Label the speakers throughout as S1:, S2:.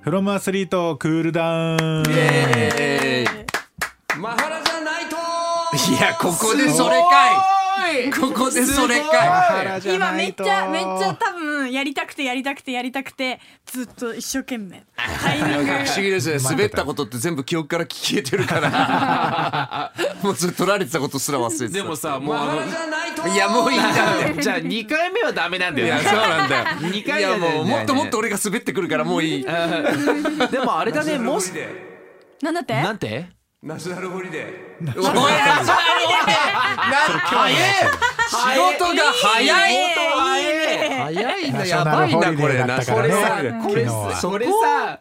S1: フロムアスリートクールダウン
S2: イエーイマハラジャナイトーいや、ここでそれかいここでそれかい
S3: 今めっちゃめっちゃ多分やりたくてやりたくてやりたくてずっと一生懸命タイミング
S2: 不思議ですね滑ったことって全部記憶から消えてるからもうそれ取られてたことすら忘れてた
S4: でもさもうあ
S2: いやもういいんだよ
S4: のじゃあ2回目はダメなんだ
S2: い
S4: よ
S2: や
S4: ね
S2: そうなんだよい
S4: 二回じゃ
S2: や
S4: ない
S2: もうもっともっと俺が滑ってくるからもういい
S4: でもあれだねもし
S3: なんだって
S4: なんて
S5: ナショナルホリデー
S2: おやばいな早い仕事が早い早いなやばいなこれ
S1: ナ
S2: な
S1: ショナルホリデーだったからね昨日
S4: これ
S1: は
S4: それさ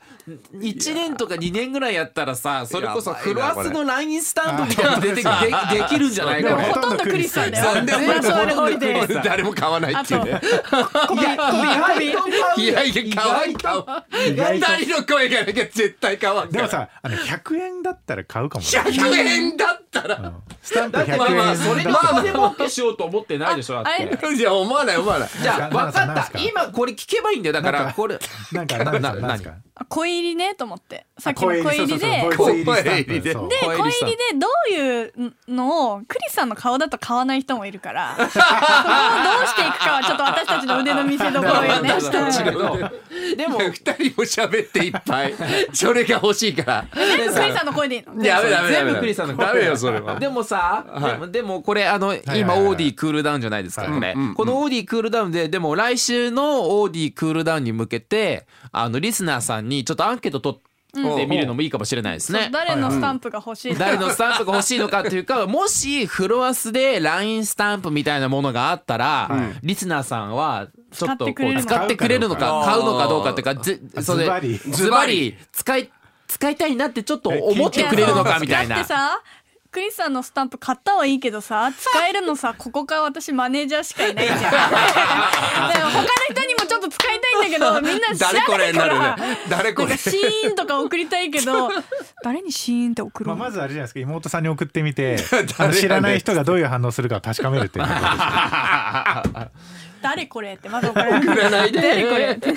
S4: 1年とか2年ぐらいやったらさそれこそクロワスのラインスタンプみたいなの出てくでできるんじゃない
S1: で
S4: こ
S1: も
S4: れ
S1: ほ
S3: ほ
S1: と
S3: と
S1: んど
S3: んど
S1: ク
S3: ク
S1: リ
S3: リ
S1: ス
S3: ス
S1: さ
S3: さ
S1: ん
S3: ん
S1: だ
S3: だ
S1: よ
S3: よナショナルホリデー
S2: 誰も買わない
S3: あ
S2: ってい
S3: と
S2: うね
S3: コメ
S4: 意外と
S2: いやいや買わん買わん二人の声がなきゃ絶対買わんか
S1: でも
S2: ら
S1: さあの100円だったら買うかもね
S2: 100円だったら
S1: スタンプ100円
S2: まあまあそれまあま
S4: 金儲けしようと思ってないでしょだっ
S3: あれ
S4: て
S2: いや思わない思わない
S4: じゃあ
S1: なん
S4: 分
S1: すか
S4: か
S1: なんす
S4: っ
S1: か
S4: た今これ聞けばいいんだよだか
S1: なん
S4: ら
S1: か
S4: これ
S1: なんかなんか
S4: なな
S1: なんすか
S3: 小入りねと思ってさっきの
S1: あ
S3: 小入りで
S1: そうそうそ
S2: で
S1: う小入りスタンプ
S3: で
S1: そう
S3: 小
S4: 小入
S3: 入
S4: りさん
S3: りでどういうのをクリスさんの顔だと買わない人もいるからそこをどうしていくかはちょっと私たちの腕の見せ所よ ね。
S4: 私たち
S3: うん
S4: のでも
S2: 二人も喋っていっぱい それが欲しいから
S3: 全部クリスさんの声でいいの
S2: やめダメダメ
S4: 全部クリスさんの声
S2: ダメよそれは
S4: でもさ、でもでもこれあの
S1: はいは
S4: 今
S1: いはい
S4: オーディクールダウンじゃないですか
S1: はい
S4: これ、このオーディクールダウンででも来週のオーディクールダウンに向けてあのリスナーさんにちょっとアンケート取ってみるのもいいかもしれないです
S3: そう
S4: ね。
S3: 誰のスタンプが欲しい
S4: 誰のスタンプが欲しいのかというか もしフロアスで LINE スタンプみたいなものがあったら、リスナーさんはちょっとこう
S3: 使
S4: 使
S1: っ
S4: ってて
S1: く
S4: く
S1: れ
S4: れ
S1: る
S4: る
S1: の
S4: の
S1: か
S4: か買うのかどうかというかずそれ
S1: ズバリ
S4: ズバリ使い使いたいなってちょっと思ってくれるのかみたい
S3: だ
S4: な
S3: って。さクリスさんのスタンプ買ったはいいけ どさ使えるのさここから私マネージャーしかいないじゃんだから他の人にもちょっと使いたいんだけどみんな知 ら
S2: 誰こ
S3: な
S2: れ
S3: い
S2: にな
S3: か
S2: る
S3: ら
S2: ね誰
S3: な
S2: こ
S3: ん
S2: れ
S3: かシーンとか送りたいけ ど誰にシーンって送る
S1: まあ、
S3: の、
S1: まずあれじゃないですか妹さんに送ってみて
S2: 誰
S1: あの知らない人がどういう反応するかを確かめるっていうことです
S3: 誰これってまず送られる
S4: ら ないで
S3: 誰これって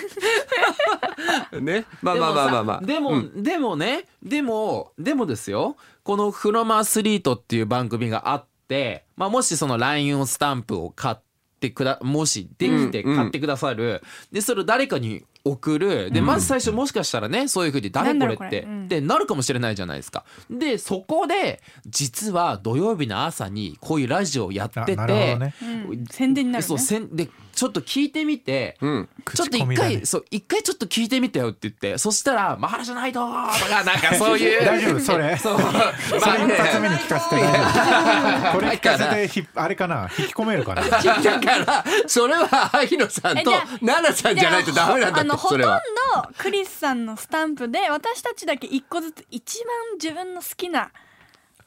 S2: ねまあまあまあまあまあ
S4: でもさでも、でもねでもでもですよこの「フロマアスリート」っていう番組があって、まあ、もしその LINE をスタンプを買ってくだもしできて
S2: うんうん
S4: 買ってくださる、でそれを誰かに送るでまず最初もしかしたらねそういうふうに「誰これ」
S3: なんだろ
S4: っ
S3: うこれ
S4: て、
S3: うん
S4: でなるかもしれないじゃないですか。でそこで実は土曜日の朝にこういうラジオをやってて、
S1: あなるほどね
S3: うん宣伝になるね
S4: そうせんでちょっと聞いてみて、
S2: ん
S4: ちょっと
S1: 口コミ
S4: 一
S1: だね
S4: 回、そう一回ちょっと聞いてみたよって言ってそしたら「マハラじゃないと」とかなんかそ ういう
S1: 大丈夫それ
S4: そ
S1: そ
S4: う
S1: れ一発目に聞かせて大丈夫これ 聞かせてひあれかな引き込めるかな
S2: だからそれは萩野さん
S3: え
S2: と
S3: じゃあ
S2: 奈々さんじゃないとダメなんだ
S3: あの
S2: って
S3: ほ
S2: そ
S3: とん
S2: れ
S3: ど
S2: は
S3: クリスさんのスタンプで私たちだけ一個ずつ一番自分の好きな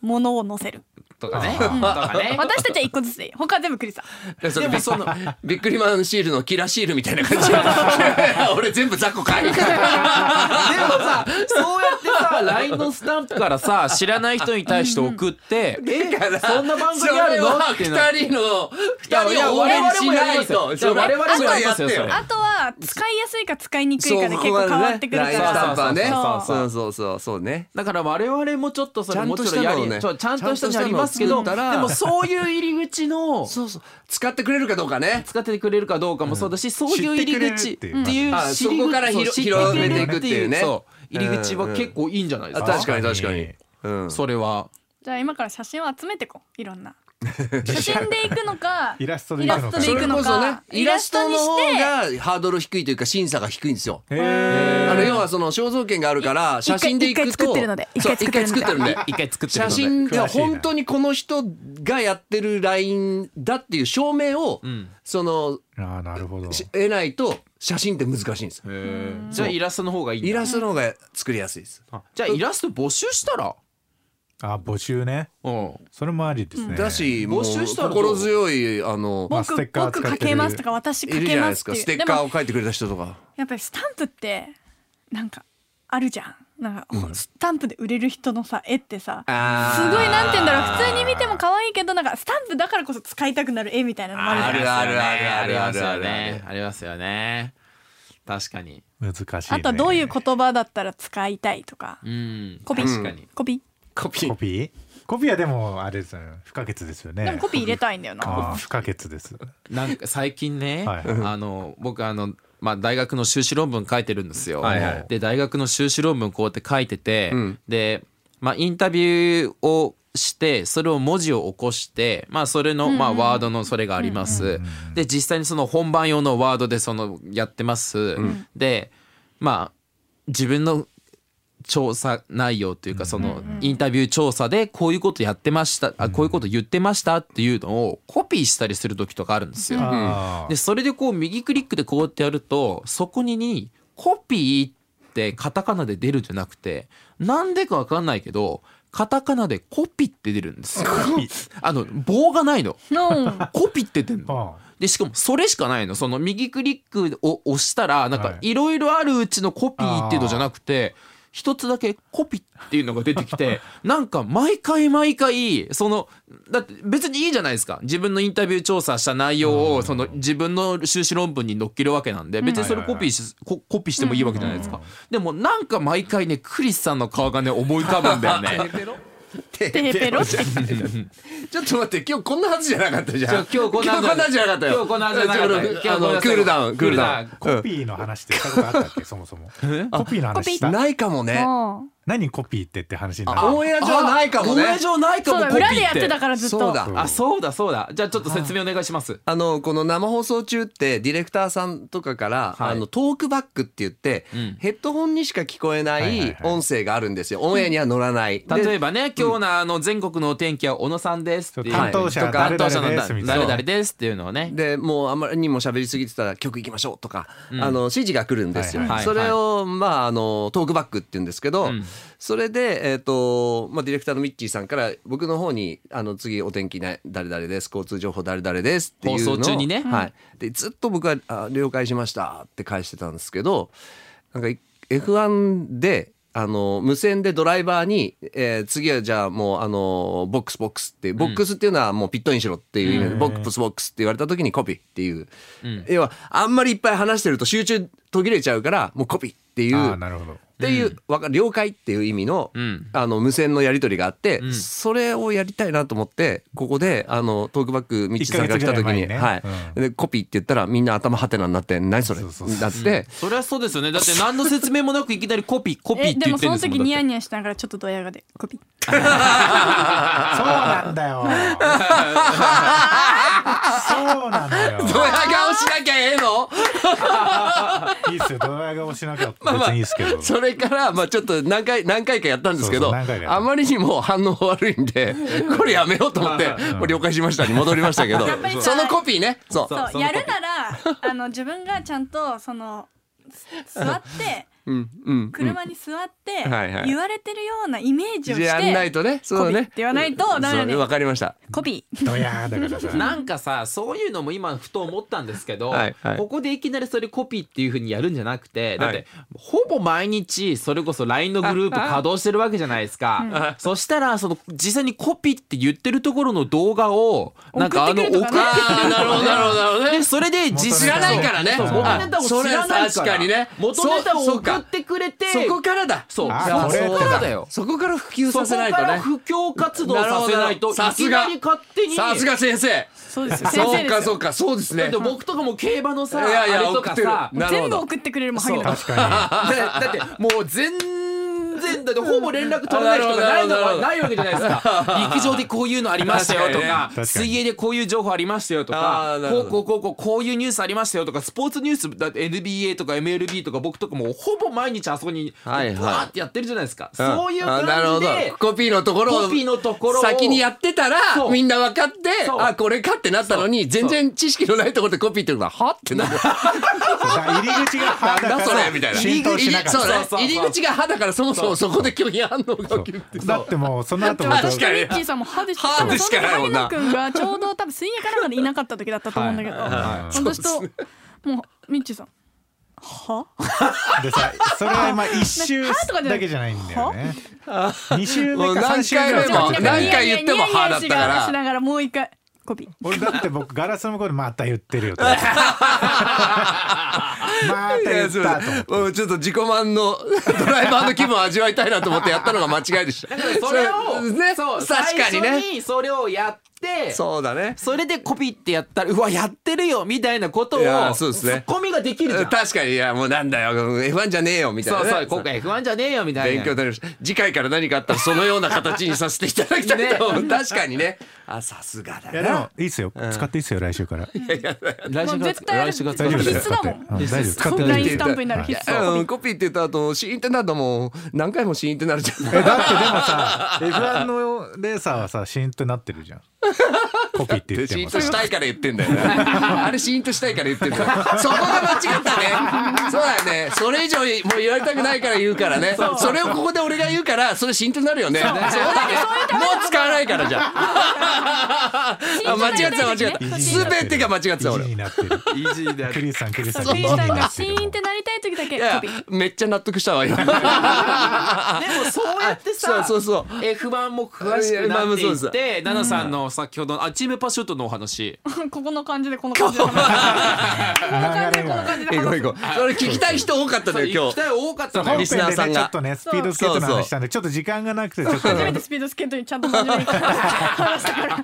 S3: ものを載せる
S4: とかねとかね
S3: 私たちは一個ずつでいい他は全部クリスさ ん
S2: それびっビックリマンシールのキラシールみたいな感じ 俺全部雑魚買いに行く
S4: でもさそうやってさ LINE のスタンプからさ知らない人に対して 送って「え そんな番組あるの?」っていうの
S2: 二人の二
S4: いや
S2: 人を応援しないと
S4: いや我々もやります
S2: そ
S4: よ
S2: れは
S4: それ
S3: あとは使いやすいか使いにくい
S2: そう
S3: かで結構変わってくるか
S2: ここはねラインスタ
S3: ら
S2: ンプはね
S3: そ
S2: そう
S3: う
S2: そうそうそうね
S4: だから我々もちょっとそ
S2: ちゃ
S4: れ
S2: ん
S4: も
S2: と
S4: ち
S2: し
S4: ろ
S2: た
S4: んや
S2: のを
S4: り
S2: ね
S4: ちょちゃんとしたのやりますけ
S2: ちゃ
S4: ど
S2: んと
S4: で
S2: したのを作ったら
S4: もそういう入り口の
S2: そうそう使ってくれるかどうかね
S4: 使ってくれるかどうかもそうだし、そういう入り口ってい
S1: 知っ
S4: う
S1: てくれるっていう
S2: あ
S4: 知り口
S2: そこから
S4: そう
S2: 広
S4: 知ってく
S2: 広め
S4: れる
S2: ていくっていうね
S4: そう入り口は
S2: うんうん
S4: 結構いいんじゃないで
S2: あ
S4: すか、
S2: 確かに確かに、うん、
S4: それは
S3: じゃあ今から写真を集めてこういろ んな写真で行くのか
S1: イラストで行くのか
S3: イ
S2: そ
S3: ラストで
S2: れ
S3: 行くの
S2: こそね
S3: か
S2: イラストの方
S3: イラス
S2: がハードル低いというか審査が低いんですよ
S1: へー
S2: あの要はその肖像権があるから写真でいくと
S3: 一回作ってるので
S2: そう
S3: 一
S2: 一
S3: 回
S2: 回作
S3: 作っ
S2: ってて
S3: る
S2: る
S3: の
S2: ん
S3: で
S2: で
S4: 回作っ
S2: 写
S4: の
S2: 真
S1: 詳しい
S2: で
S1: な
S2: 本当にこの人がやってるラインだっていう証明を、その
S1: ああなるほど
S2: し得ないと写真って難しいんですよ
S4: でへーじゃあイラストの方がいいんだ
S2: イラストの方が作りやすいです
S4: じゃあイラスト募集したら、
S1: あ募集ね
S4: うん、
S1: それもありですね
S2: だしもう
S4: 募集したらどう
S2: 心強いあの
S1: まあステッ
S3: 僕
S1: カー使
S3: 僕
S1: ってる
S3: かけますとか私
S2: い
S3: か
S2: るじ
S3: け
S2: ゃない
S3: ま
S2: ですす
S3: って
S2: か
S3: いう
S2: ステッ
S3: でも
S2: カーを書いてくれた人とか
S3: やっぱりスタンプってなんかあるじゃんなんか、スタンプで売れる人のさ絵ってさ
S2: あ
S3: す
S2: ー
S3: ごいなんて言うんだろう普通に見ても可愛いけどなんかスタンプだからこそ使いたくなる絵みたいなのもあるじゃん
S2: あるあるあるある
S4: ありますよ
S2: あるあ
S4: ねありますよね確かに
S1: 難しい、ね、
S3: あとはどういう言葉だったら使いたいとか
S4: うん
S3: コピー
S4: 確かに
S3: コピ
S4: コピ
S1: コ
S4: ー
S1: ピーコピーはでもあれですよね不可欠ですよね
S3: ーでもコピー入れたいんだよな
S1: あー不可欠です
S4: なんか最近ね、
S1: はい
S4: あの僕あのまあ、大学の修士論文書いてるんですよ。
S2: はいはい
S4: で大学の修士論文こうやって書いてて、
S2: うん
S4: で、まあ、インタビューをしてそれを文字を起こして、まあ、それの、まあ、ワードのそれがあります。で実際にその本番用のワードでそのやってます。でまあ自分の調査内容というかそのインタビュー調査でこういうことやってましたあこういうこと言ってましたっていうのをコピーしたりする時とかあるんですよ。
S1: あ
S4: でそれでこう右クリックでこうやってやるとそこにに「コピー」ってカタカナで出るんじゃなくてなんでかわかんないけどカタカナで「コピ」って出るん ですよ。あの棒がないの。
S3: うん
S4: コピって出るの。
S1: あ
S4: でしかもそれしかないのその右クリックを押したらなん
S1: は
S4: か
S1: い
S4: いろいろあるうちのコピーっていうのじゃなくて一つだけコピっていうのが出てきてなんか毎回毎回そのだって別にいいじゃないですか自分のインタビュー調査した内容をその自分の修士論文に載っけるわけなんで別にそれコピーしココピーしてもいいわけじゃないですかでもなんか毎回ねクリスさんの顔がね思い浮かぶんだよね
S2: ペロテ
S3: テヘペロっ
S2: ち
S3: て
S2: ょっと待って今日こんなはずじゃなかったじゃん
S4: そう今日こんなはず
S2: 今日こんなはずじゃなかったよ
S4: 今日こんなはずじゃなかったよ
S2: あの
S4: 今日こんなはずじゃなかったよ
S2: クールダウンクールダウン
S1: コピーの話ってしたことあったっけそもそもコピーの話し
S2: う
S1: た
S2: んないかもね
S3: うん
S1: 何コピーってって話になる
S2: オンエア上ないかも
S4: あオンエ
S2: ね
S4: ア上ないか
S3: そう
S4: も
S3: だ
S4: コピー
S3: 裏
S4: って
S3: でやってたからずっと
S2: そうだ
S1: そう
S4: あそうだそうだじゃあちょっと説明お願いします
S2: あのこの生放送中ってディレクターさんとかから、
S4: はい
S2: あのトークバックって言って、
S4: うん
S2: ヘッドホンにしか聞こえな
S1: はいはい
S2: い
S1: はい
S2: 音声があるんですよ、オンエアには乗らない、で
S4: 例えばね今日のあの全国のお天気は小野さんですっていう
S1: 担当者
S4: とか
S1: 誰々
S4: 担当者の
S1: ですみたい
S4: 誰
S1: な
S4: 々ですっていうのをね
S2: でもうあまりにも喋りすぎてたら曲行きましょうとか、あの指示が来るんですよ、
S1: はい
S4: はいはい
S2: それを、まあ、あのトークバックって言うんですけど、
S4: ん
S2: それで、えーとまあ、ディレクターのミッキーさんから僕の方にあの次お天気な誰々です交通情報誰々ですっていうのを
S4: 放送中にね
S2: はい、でずっと僕はあ了解しましたって返してたんですけどなんかい F1 であの無線でドライバーに、えー次はじゃあもうあのボックスボックスってボックスっていうのはもうピットインしろっていう意味で、ボックスボックスって言われた時にコピーっていう、要はあんまりいっぱい話してると集中途切れちゃうからもうコピーっていう
S1: あーなるほど
S2: っていう、わか了解っていう意味の,、
S4: ん
S2: あの無線のやり取りがあって、それをやりたいなと思ってここであのトークバックミッチーさんが来た時に
S1: 一ヶ月ぐらい前にね
S2: はい
S1: うん
S2: でコピーって言ったらみんな頭ハテナになって「何それ?」
S1: そうそうそう
S2: だって、
S4: そりゃそうですよねだって何の説明もなくいきなりコピーコピー
S3: え
S4: って
S3: で
S4: 言
S3: も
S4: っ
S3: そ
S4: てるん
S3: の
S4: ですも
S3: 時
S4: ん
S3: ニ
S4: だ
S3: ヤ
S4: って
S3: ニヤしながらちょっとドヤ顔でコピ
S1: そう
S3: ー
S1: なん だよそうなのよ
S2: ドヤ顔しなきゃええの
S1: いいっすよドライが押しなきゃ別にいいっすけど
S2: それから、まあ、ちょっと何回何回かやったんですけ
S1: そ
S2: ど
S1: うそう何回かやった
S2: あまりにも反応悪いん でこれやめようと思って「もう了解しました」に戻りましたけど
S3: やっぱりさ
S2: そのコピーねそう
S4: そう
S3: そうやるならあの自分がちゃんとそのす座って
S2: うんうん
S3: 車に座って
S2: はいはい
S3: 言われてるようなイメージをして
S2: やんないとねそう
S3: コピー
S2: ね
S3: って言わないとダメだね
S2: そうわかりました
S3: コピー
S1: ドヤーだからさ
S4: なんかさそういうのも今ふと思ったんですけど、
S2: はいはい
S4: ここでいきなりそれコピーっていうふうにやるんじゃなくてだって、
S2: はい
S4: ほぼ毎日それこそ LINE のグループ稼働してるわけじゃないですか、 そしたらその実際にコピーって言ってるところの動画をなんかあの
S3: 送ってくるとかね
S2: あー なるほどなるほどなるほどね
S4: でそれで実
S1: 知らないからね
S4: そう
S1: うん
S4: 元ネタを知らないから
S2: それ確かにね
S4: 元ネタを
S2: そうそう
S4: 送
S2: か
S4: ってくれて
S2: そこからだ
S4: そう
S1: あ
S4: そう
S1: それ
S4: そう
S1: か
S4: だよ
S2: そこから普及
S4: そ
S2: さ
S4: こ
S2: せ
S4: か
S2: ないと
S4: ら
S2: ね
S4: 布教活動させないと
S2: なるほど
S4: い
S2: さ
S4: き
S2: す
S4: な
S2: が
S4: り勝手に
S2: さすが先生
S3: そうですよ先生
S2: そう
S3: で
S2: か
S3: す
S2: そう
S3: よ
S2: かそうです
S4: だっ
S2: ね
S4: て僕とかも競馬のさ
S2: いやいや
S4: あれとか
S2: 送っ
S4: さ
S2: てるなるほ
S3: 全部
S2: ど
S3: 送ってくれるもん萩野
S1: 確か
S4: だだってもう全然だってほぼ連絡取れない人がないの
S2: なるほ
S4: は
S2: ど
S4: ないわけじゃないです か陸上でこういうのありましたよと
S2: 確か
S4: か
S1: にね
S4: 水泳でこういう情報ありましたよと
S2: あ
S4: か
S2: ーなるほ
S4: こ
S2: ど
S4: うこうこうこうこういうニュースありましたよとかスポーツニュースだって NBA とか MLB とか僕とかもうほぼ毎日あそこにバ
S2: はいはい
S4: ーってやってるじゃないですか、
S2: ん
S4: そういう
S2: あなる
S4: 感
S2: ほ
S4: じ
S2: ど
S4: で
S2: コピーのところを
S4: コピーのところを
S2: 先にやってたら
S4: そう
S2: みんな分かって
S4: そう
S2: あこれかってなったのに全然知識のないところでコピーって言うのははってなる
S1: に入り口が歯
S2: な
S1: だか
S2: んだ
S1: ら
S2: それみたいな
S1: 浸透しなかった
S2: 入り
S4: そう
S2: そ
S4: そう
S2: う
S4: そう
S2: ね入り口が歯だからそもそもそこで拒否反応が起きるっていう
S1: だってもうその後も
S2: 確かに
S3: ミッキーさんも歯でした
S2: 歯
S3: 多
S2: で
S3: 分
S2: し
S3: そ
S2: か
S3: の
S2: ないも
S3: 萩
S2: んな
S3: 野くんがちょうど多分水泳かなんかでいなかった時だったと思うんだけど私ともうミッチーさんは
S1: でさそれはまあ一周
S3: 歯とかじゃな
S1: だ
S3: い
S1: けじゃないんだよね二周
S2: も
S1: 目
S2: う
S1: か
S2: 何
S1: 三周目
S2: 回
S1: か
S2: 目も
S1: ちょっと
S2: 何
S1: ね
S2: 回言っても歯だったから
S3: しながらもう一回コピー
S1: 俺だって僕ガラスの向こうでまた言ってるよ とまた言ったと思って
S6: うんちょっと自己満のドライバーの気分を味わいたいなと思ってやったのが間違いでした。
S4: それを
S6: そね、
S4: そう
S6: 確かに
S4: 最
S6: ね。
S4: 初にそれをやって
S6: そうだね。
S4: それでコピーってやったらうわやってるよみたいなことを
S6: いやそうですね
S4: ツッコミができるじゃん。
S6: 確かにいやもうなんだよ F1 じゃねえよみたいな
S4: そう
S6: ね。
S4: そう今回 F1 じゃねえよみたい
S6: 勉
S4: な。
S6: 強になりました。次回から何かあったらそのような形にさせていただきたいと思う。 確かにね。あさすがだ
S1: いやで
S6: な
S1: も。いいっすよ使っていいっすよ来週から
S4: 来
S3: もう絶対
S4: 来週が
S1: 大丈夫ですよ
S3: 必須だもん
S1: 使ってうん大丈夫使っ
S3: そ
S1: て
S3: うライン
S1: い
S3: ス
S1: い
S3: タンプになる必
S6: い
S3: 須
S6: やうんコピーって言った後シーンってなるともう何回もシーンってなるじゃん。
S1: えだってでもさ F1 のレーサーはさシーンとなっ てるじゃんコピーって言っ
S6: シ
S1: て
S6: ーン
S1: も
S6: と
S1: さ
S6: したいから言ってんだよね。 あれシーンとしたいから言ってんだよ。 そこが間違ったね。 そうだよね。それ以上もう言われたくないから言うからね。 それをここで俺が言うから、それシーンとなるよね。そうだね。もう使わないからじゃん。 あ間違ってた間違ってた。すべてが間違ってた
S1: 意
S6: 俺
S1: 地。になってる
S4: イージーでや
S1: ク
S4: る
S1: リスさんクリスさん
S3: そうピンさんがシ
S1: る
S3: ーンってなりたい時だけ
S6: い
S3: コ
S6: や
S3: ピー、
S6: めっちゃ納得したわ、今。
S4: でもそうやって
S6: そう
S4: さ
S6: そうそう。
S4: F1 も詳しくなっていってナナさんの先ほどのあチームパシュートのお話
S3: ここの感じでこの感じで話すこの感じ
S1: 流れ
S3: でこ
S1: が
S3: の感じで
S6: え
S3: 話
S6: ご
S3: す
S6: めんごめんそれ聞きたい人多かったのよ、今
S4: 行き
S6: 日。
S4: たい多かったの
S1: 本
S4: よ
S6: リ
S1: 編
S6: スナーさ
S1: で
S6: ん
S1: ねち
S6: が
S1: ょっとねスピードスケートの話したんでちょっと時間がなくてちょっと
S3: 初め
S1: ね
S3: てスピードスケートにちゃんと真面目に話したから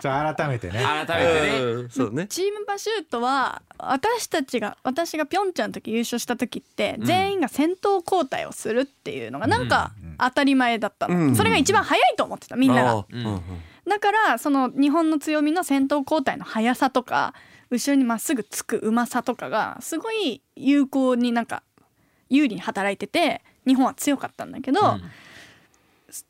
S1: じゃあ改めてね
S4: 改めてね
S6: うんそうね。
S3: チームパシュートは私たちが私がピョンチャンの時優勝した時って全員が先頭交代をするっていうのがなんか当たり前だったの、それが一番早いと思ってたみんなが
S6: あーうん
S3: だからその日本の強みの先頭交代の速さとか後ろにまっすぐつくうまさとかがすごい有効になんか有利に働いてて日本は強かったんだけど、す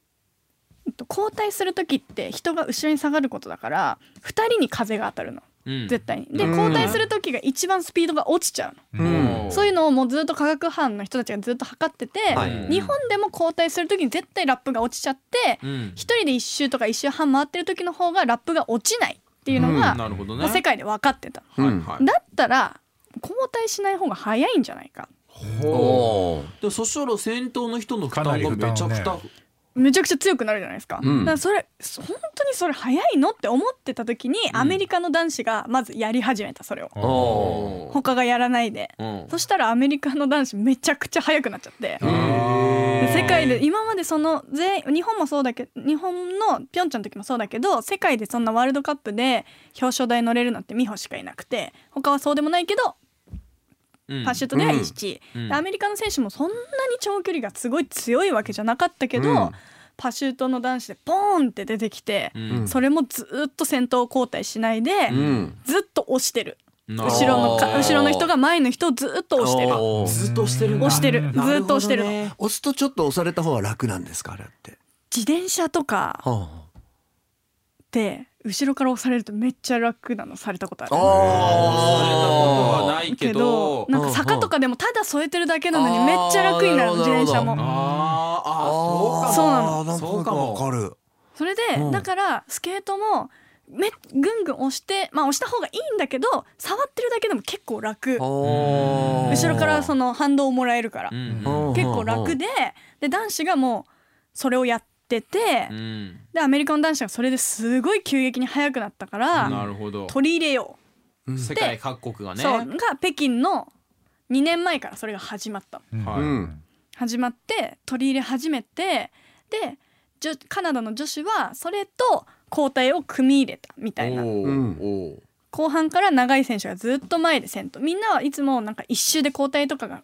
S3: えっと交代する時って人が後ろに下がることだから2人に風が当たるの。
S4: うん
S3: 絶対にで
S6: うん
S3: 交代する時が一番スピードが落ちちゃうの、
S4: うん
S3: そういうのをもうずっと科学班の人たちがずっと測ってて、
S6: はい
S3: 日本でも交代する時に絶対ラップが落ちちゃって
S4: うん
S3: 一、人で1周とか1周半回ってる時の方がラップが落ちないっていうのが、
S4: なるほど
S3: もう
S4: ね
S3: 世界で分かってた、
S4: は
S6: う
S4: い
S6: ん
S4: はい
S3: だったら交代しない方が早いんじゃないか
S6: おー
S4: でそしたら先頭の人の負担
S1: か
S4: が
S1: なり負担
S4: めちゃくちゃ
S1: ね
S3: めちゃくちゃ強くなるじゃないですか,、
S6: うん
S3: だからそれそ本当にそれ早いのって思ってた時にアメリカの男子がまずやり始めたそれを
S6: おー
S3: 他がやらないで、
S4: うん
S3: そしたらアメリカの男子めちゃくちゃ速くなっちゃって、
S1: へ
S3: 世界で今までその全日本もそうだけど日本のピョンチャンの時もそうだけど世界でそんなワールドカップで表彰台乗れるのって美穂しかいなくて他はそうでもないけど
S4: うん
S3: パシュートでは1位、
S4: うん
S3: でアメリカの選手もそんなに長距離がすごい強いわけじゃなかったけど、
S6: うん
S3: パシュートの男子でポーンって出てきて、
S4: うん
S3: それもずっと先頭交代しないで、
S6: うん
S3: ずっと押してる
S4: なるほ
S3: 後
S4: ど
S3: ろのか後ろの人が前の人をずっと押してる
S6: おー
S4: ずっと押してるんだ
S3: 押してるず
S4: な
S3: っ
S4: るほどね
S3: と押してるの
S6: 押すとちょっと押された方が楽なんですかあれって。
S3: 自転車とか
S6: は
S3: って後ろから押されるとめっちゃ楽なのされたことある
S6: あ。
S4: ことは
S6: あ
S4: ないけど
S3: なんか坂とかでもただ添えてるだけなのにめっちゃ楽になるの
S6: あー
S3: 自転車
S1: なるほどなるほど
S3: も
S4: あー
S6: あ
S4: あー
S3: そうな
S4: のそうかも
S6: わかる。
S3: それで
S6: うん
S3: だからスケートもめぐんぐん押してまあ押した方がいいんだけど触ってるだけでも結構楽後
S6: 後
S3: ろからその反動をもらえるから
S4: うん
S3: 結構楽でで男子がもうそれをやってて
S4: うん
S3: でアメリカの男子がそれですごい急激に速くなったか
S4: な
S3: ら
S4: るほど
S3: 取り入れよ
S4: 世界各国が
S3: う、
S4: ね
S3: そうが北京の2年前からそれが始まったの
S4: は
S6: う
S4: い
S6: ん
S3: 始まって取り入れ始めてでじょカナダの女子はそれと交代を組み入れたみたいな
S4: おー
S6: うん
S4: おー
S3: 後半から長い選手がずっと前で先頭みんなはいつもなんか1周で交代とかが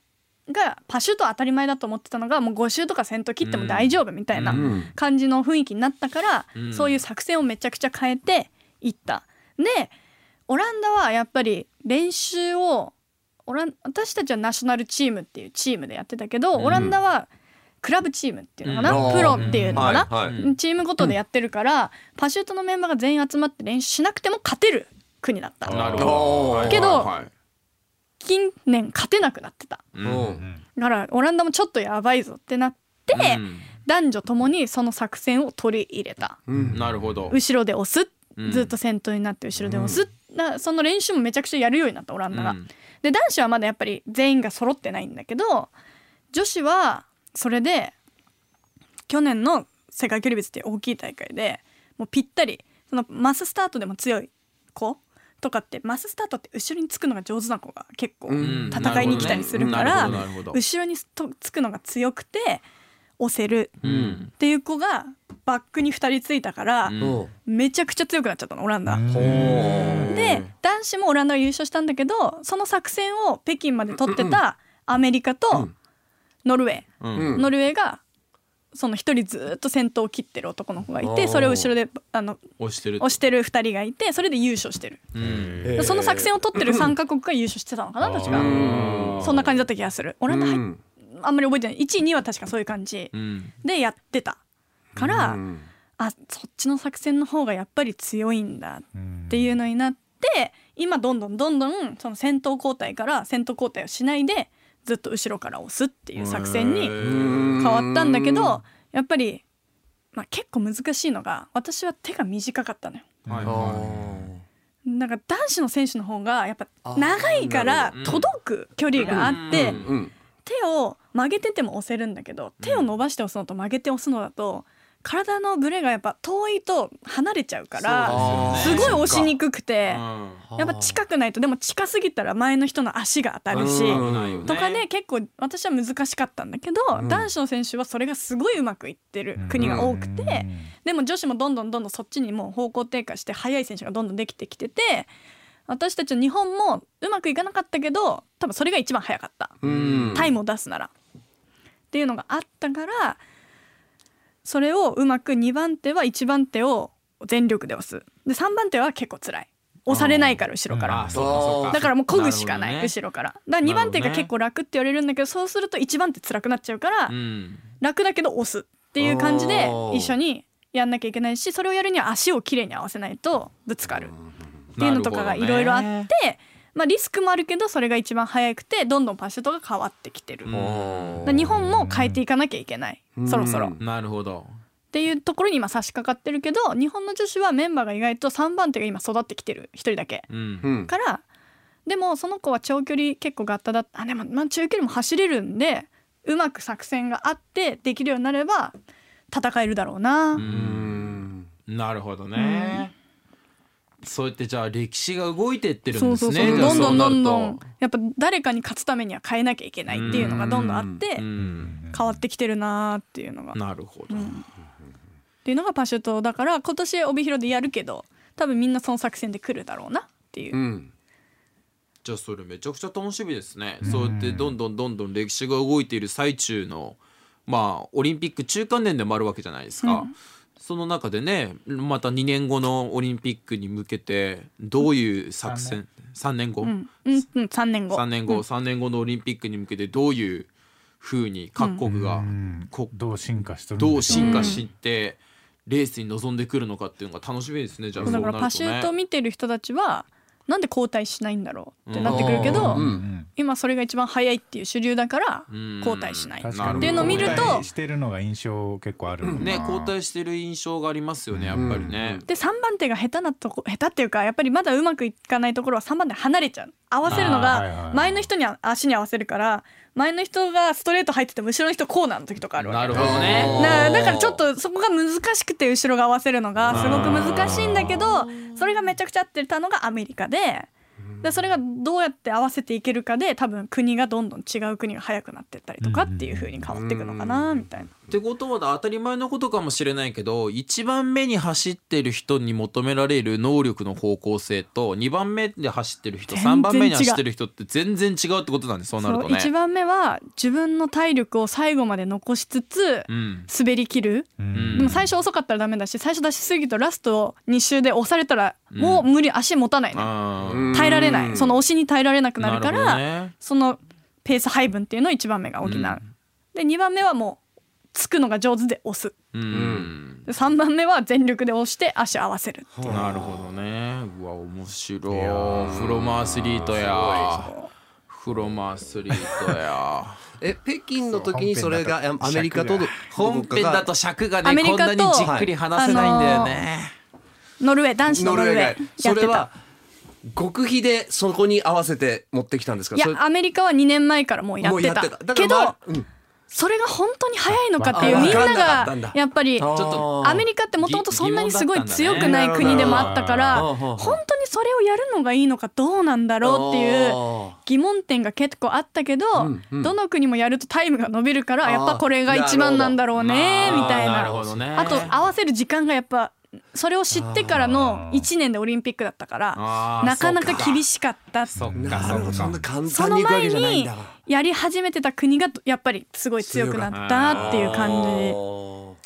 S3: がパシュート当たり前だと思ってたのがもう5周とか先頭切っても大丈夫みたいな
S6: うん
S3: 感じの雰囲気になったから、
S4: うん
S3: そういう作戦をめちゃくちゃ変えていった。でオランダはやっぱり練習をオラン私たちはナショナルチームっていうチームでやってたけど、
S4: ん
S3: オランダはクラブチームっていうのかな、
S6: うん
S3: プロっていうのかな、
S6: はいはい
S4: うん
S3: チームごとでやってるから、パシュートのメンバーが全員集まって練習しなくても勝てる国だった
S4: なるほ
S6: おー
S4: ど
S3: けど
S4: はいはい
S3: 近年勝てなくなってた
S4: う
S6: うん
S4: ん
S3: だからオランダもちょっとやばいぞってなって、男女ともにその作戦を取り入れた。
S4: うんなるほど
S3: 後ろで押す
S4: うん
S3: ずっと先頭になって後ろで押す、なその練習もめちゃくちゃやるようになったオランダが。
S4: うん
S3: で男子はまだやっぱり全員が揃ってないんだけど女子はそれで去年の世界距離別っていう大きい大会でもうぴったりそのマススタートでも強い子とかってマススタートって後ろにつくのが上手な子が結構
S6: うん
S3: 戦いに来たりするから、
S4: なるほどね
S3: 後ろにとつくのが強くて押せる
S4: うんなるほどうん
S3: っていう子がバックに2人ついたから、
S4: うん
S6: おう
S3: めちゃくちゃ強くなっちゃったのオランダ。
S6: おう
S3: で男子もオランダが優勝したんだけどその作戦を北京まで取ってたアメリカとノルウェー、
S4: うん
S6: うん
S3: ノルウェーがその一人ずっと先頭を切ってる男の子がい
S6: おー
S3: てそれを後ろであの
S4: 押してる
S3: 押してる2人がいてそれで優勝してる、
S4: うん
S1: えー
S3: その作戦を取ってる3カ国が優勝してたのかな確か
S6: ん
S3: そんな感じだった気がするオランダ入っ
S6: うん
S3: あんまり覚えてない1位2位は確かそういう感じ
S4: うん
S3: でやってたから、
S6: うん
S3: あそっちの作戦の方がやっぱり強いんだ
S1: うん
S3: っていうのになって今どんどんどんどんその先頭交代から先頭交代をしないでずっと後ろから押すっていう作戦に変わったんだけどやっぱり、まあ、結構難しいのが私は手が短かったのよ。
S4: はい
S6: あ
S4: は
S3: なんか男子の選手の方がやっぱ
S6: あー
S3: 長いから
S4: なるほどうん
S3: 届く距離があって
S4: うん
S6: うん
S3: 手を曲げてても押せるんだけど手を伸ばして押すのと曲げて押すのだと体のブレがやっぱ遠いと離れちゃうから
S6: あー
S3: すごい押しにくくて
S4: い。うん
S3: やっぱ近くないとでも近すぎたら前の人の足が当たるし
S6: うん
S4: 危ないよね
S3: とかね結構私は難しかったんだけど、
S6: うん
S3: 男子の選手はそれがすごいうまくいってる国が多くて、でも女子もどんどんどんどんそっちにもう方向転換して速い選手がどんどんできてきてて私たちの日本もうまくいかなかったけど多分それが一番早かった、
S6: うん
S3: タイムを出すならっていうのがあったからそれをうまく2番手は1番手を全力で押すで3番手は結構辛い押されないから後ろから。
S4: あーそうかそうか
S3: だからもう漕ぐしかない、
S4: るほどね
S3: 後ろからだから2番手が結構楽って言われるんだけどそうすると1番手辛くなっちゃうから、
S4: うん
S3: 楽だけど押すっていう感じで
S6: おー
S3: 一緒にやんなきゃいけないしそれをやるには足をきれいに合わせないとぶつかるっていうのとかがいろいろあって、
S4: なる
S3: まあ、リスクもあるけどそれが一番早くてどんどんパシュートが変わってきてる、
S4: う
S3: だか
S4: ん
S6: お
S3: ら
S6: う
S3: 日本も変えていかなきゃいけない、
S6: うん
S3: そろそろっ
S4: ほどねなるほど
S3: ていうところに今差し掛かってるけど日本の女子はメンバーが意外と3番手が今育ってきてる1人だけ。
S4: うん
S6: うん
S3: からでもその子は長距離結構ガッタだったあでも、まあ、中距離も走れるんでうまく作戦があってできるようになれば戦えるだろうな、
S4: う
S6: うんん
S4: なるほどねそうやってじゃあ歴史が動いてってるん
S3: そ
S4: で
S3: う
S4: す
S3: そうそう、
S4: ねじゃあ
S3: どんどんどんど
S4: そうん
S3: やっぱ誰かに勝つためには変えなきゃいけないっていうのがどんどんあって
S4: なるとうん
S3: 変わってきてるなーっていうのが、っ
S4: なるほど
S3: ていうのがパシュートだから今年帯広でやるけど多分みんなその作戦で来るだろうなっていう
S6: う、ん
S4: じゃあそれめちゃくちゃ楽しみですね、そうやってどんどんどんどん歴史が動いている最中のまあオリンピック中間年でもあるわけじゃないですか、その中でねまた2年後のオリンピックに向けてどういう作戦3年後、
S3: うんうんうん、3年後
S4: 3年後、3年後のオリンピックに向けてどういうふうに各国が
S1: うん
S4: こ
S1: どう進化してるんでしょ
S4: どう進化していってレースに臨んでくるのかっていうのが楽しみですねじゃあ
S3: そう
S4: そ
S3: だ
S4: う
S3: か
S4: な
S3: ら
S4: るとね
S3: パシュート見てる人たちはなんで交代しないんだろうってなってくるけど、
S6: うん
S1: うん
S3: 今それが一番早いっていう主流だから
S4: うん
S3: 交代しない、
S1: 確
S4: な
S1: か
S4: る
S1: に
S4: ほど
S3: っていうのを見ると
S1: 交代してるのが印象結構あるもんな
S4: ね交代してる印象がありますよねやっぱりね、
S3: で3番手が下手なとこ下手っていうかやっぱりまだうまくいかないところは3番手離れちゃう合わせるの
S1: あーはいはいは
S3: が
S1: い
S3: 前の人には足に合わせるから前の人がストレート入ってても後ろの人コーナーの時とかあるわけ
S4: なるほどね
S3: なだからちょっとそこが難しくて後ろが合わせるのがすごく難しいんだけどそれがめちゃくちゃ合ってたのがアメリカででそれがどうやって合わせていけるかで多分国がどんどん違う国が速くなってったりとかっていう風に変わっていくのかなみたいな。
S4: ってことは当たり前のことかもしれないけど1番目に走ってる人に求められる能力の方向性と2番目で走ってる人
S3: 全然違う
S4: 3番目に走ってる人って全然違うってことなんでそうなる
S3: そ
S4: と
S3: う1
S4: ね。
S3: 番目は自分の体力を最後まで残しつつ
S4: うん
S3: 滑り切る、
S1: う
S4: うん
S1: ん
S3: でも最初遅かったらダメだし最初出しすぎるとラスト2周で押されたらもう無理足持たないね、
S4: あ
S6: うん
S3: 耐えられないその押しに耐えられなく
S4: ー
S3: なるか
S4: ほど
S3: ら
S4: ね
S3: そのペース配分っていうのを1番目が補う、
S4: うん
S3: で2番目はもうつくのが上手で押す
S4: うん
S3: で3番目は全力で押して足合わせるっていう
S4: なるほどねうわ面白い
S1: いやー
S4: フロマアスリートやフロマアスリート や
S6: え北京の時にそれが
S1: そう
S6: アメリカと
S1: 尺が
S4: 本編だと尺がね
S3: アメリ
S4: こん
S3: カ
S4: な
S3: と
S4: にじっくり話せないんだよね。
S3: ノルウェー男子の
S6: ノル
S3: ノ
S6: ウ
S3: ル
S6: ェ
S3: ウ
S6: ー
S3: ェー
S6: が
S3: やっ
S6: それ
S3: てた
S6: は極秘でそこに合わせて持ってきたんですか
S3: いや
S6: それ
S3: アメリカは2年前からもうやっ
S6: もう
S3: て
S6: やったてただから
S3: けど、
S6: まあうん
S3: それが本当に早いのかっていう
S6: あ
S3: みん
S6: わかんなか
S3: な
S6: ったんだ
S3: がやっぱり
S6: ちょっ
S4: と
S3: アメリカってもともとそんなにすごい強くない国でもあったから
S6: あー
S3: 本当にそれをやるのがいいのかどうなんだろうっていう疑問点が結構あったけど、
S6: うんうん
S3: どの国もやるとタイムが伸びるか
S6: あ
S3: ら
S6: ー
S3: やっぱこれが一番なんだろうね
S4: まあ
S3: みたい
S4: な
S3: な
S4: るほどね
S3: あと合わせる時間がやっぱそれを知ってからの1年でオリンピックだったから
S4: あー
S3: なかなか厳しかった
S4: そっか
S6: な
S4: そ
S6: るほ
S4: っ
S6: ど
S4: か
S6: そんな簡
S3: そ
S6: 単
S3: の
S6: にいくわけ
S3: 前
S6: じゃないん
S3: に
S6: だ
S3: やり始めてた国がやっぱりすごい強くなったっていう感じ
S4: こ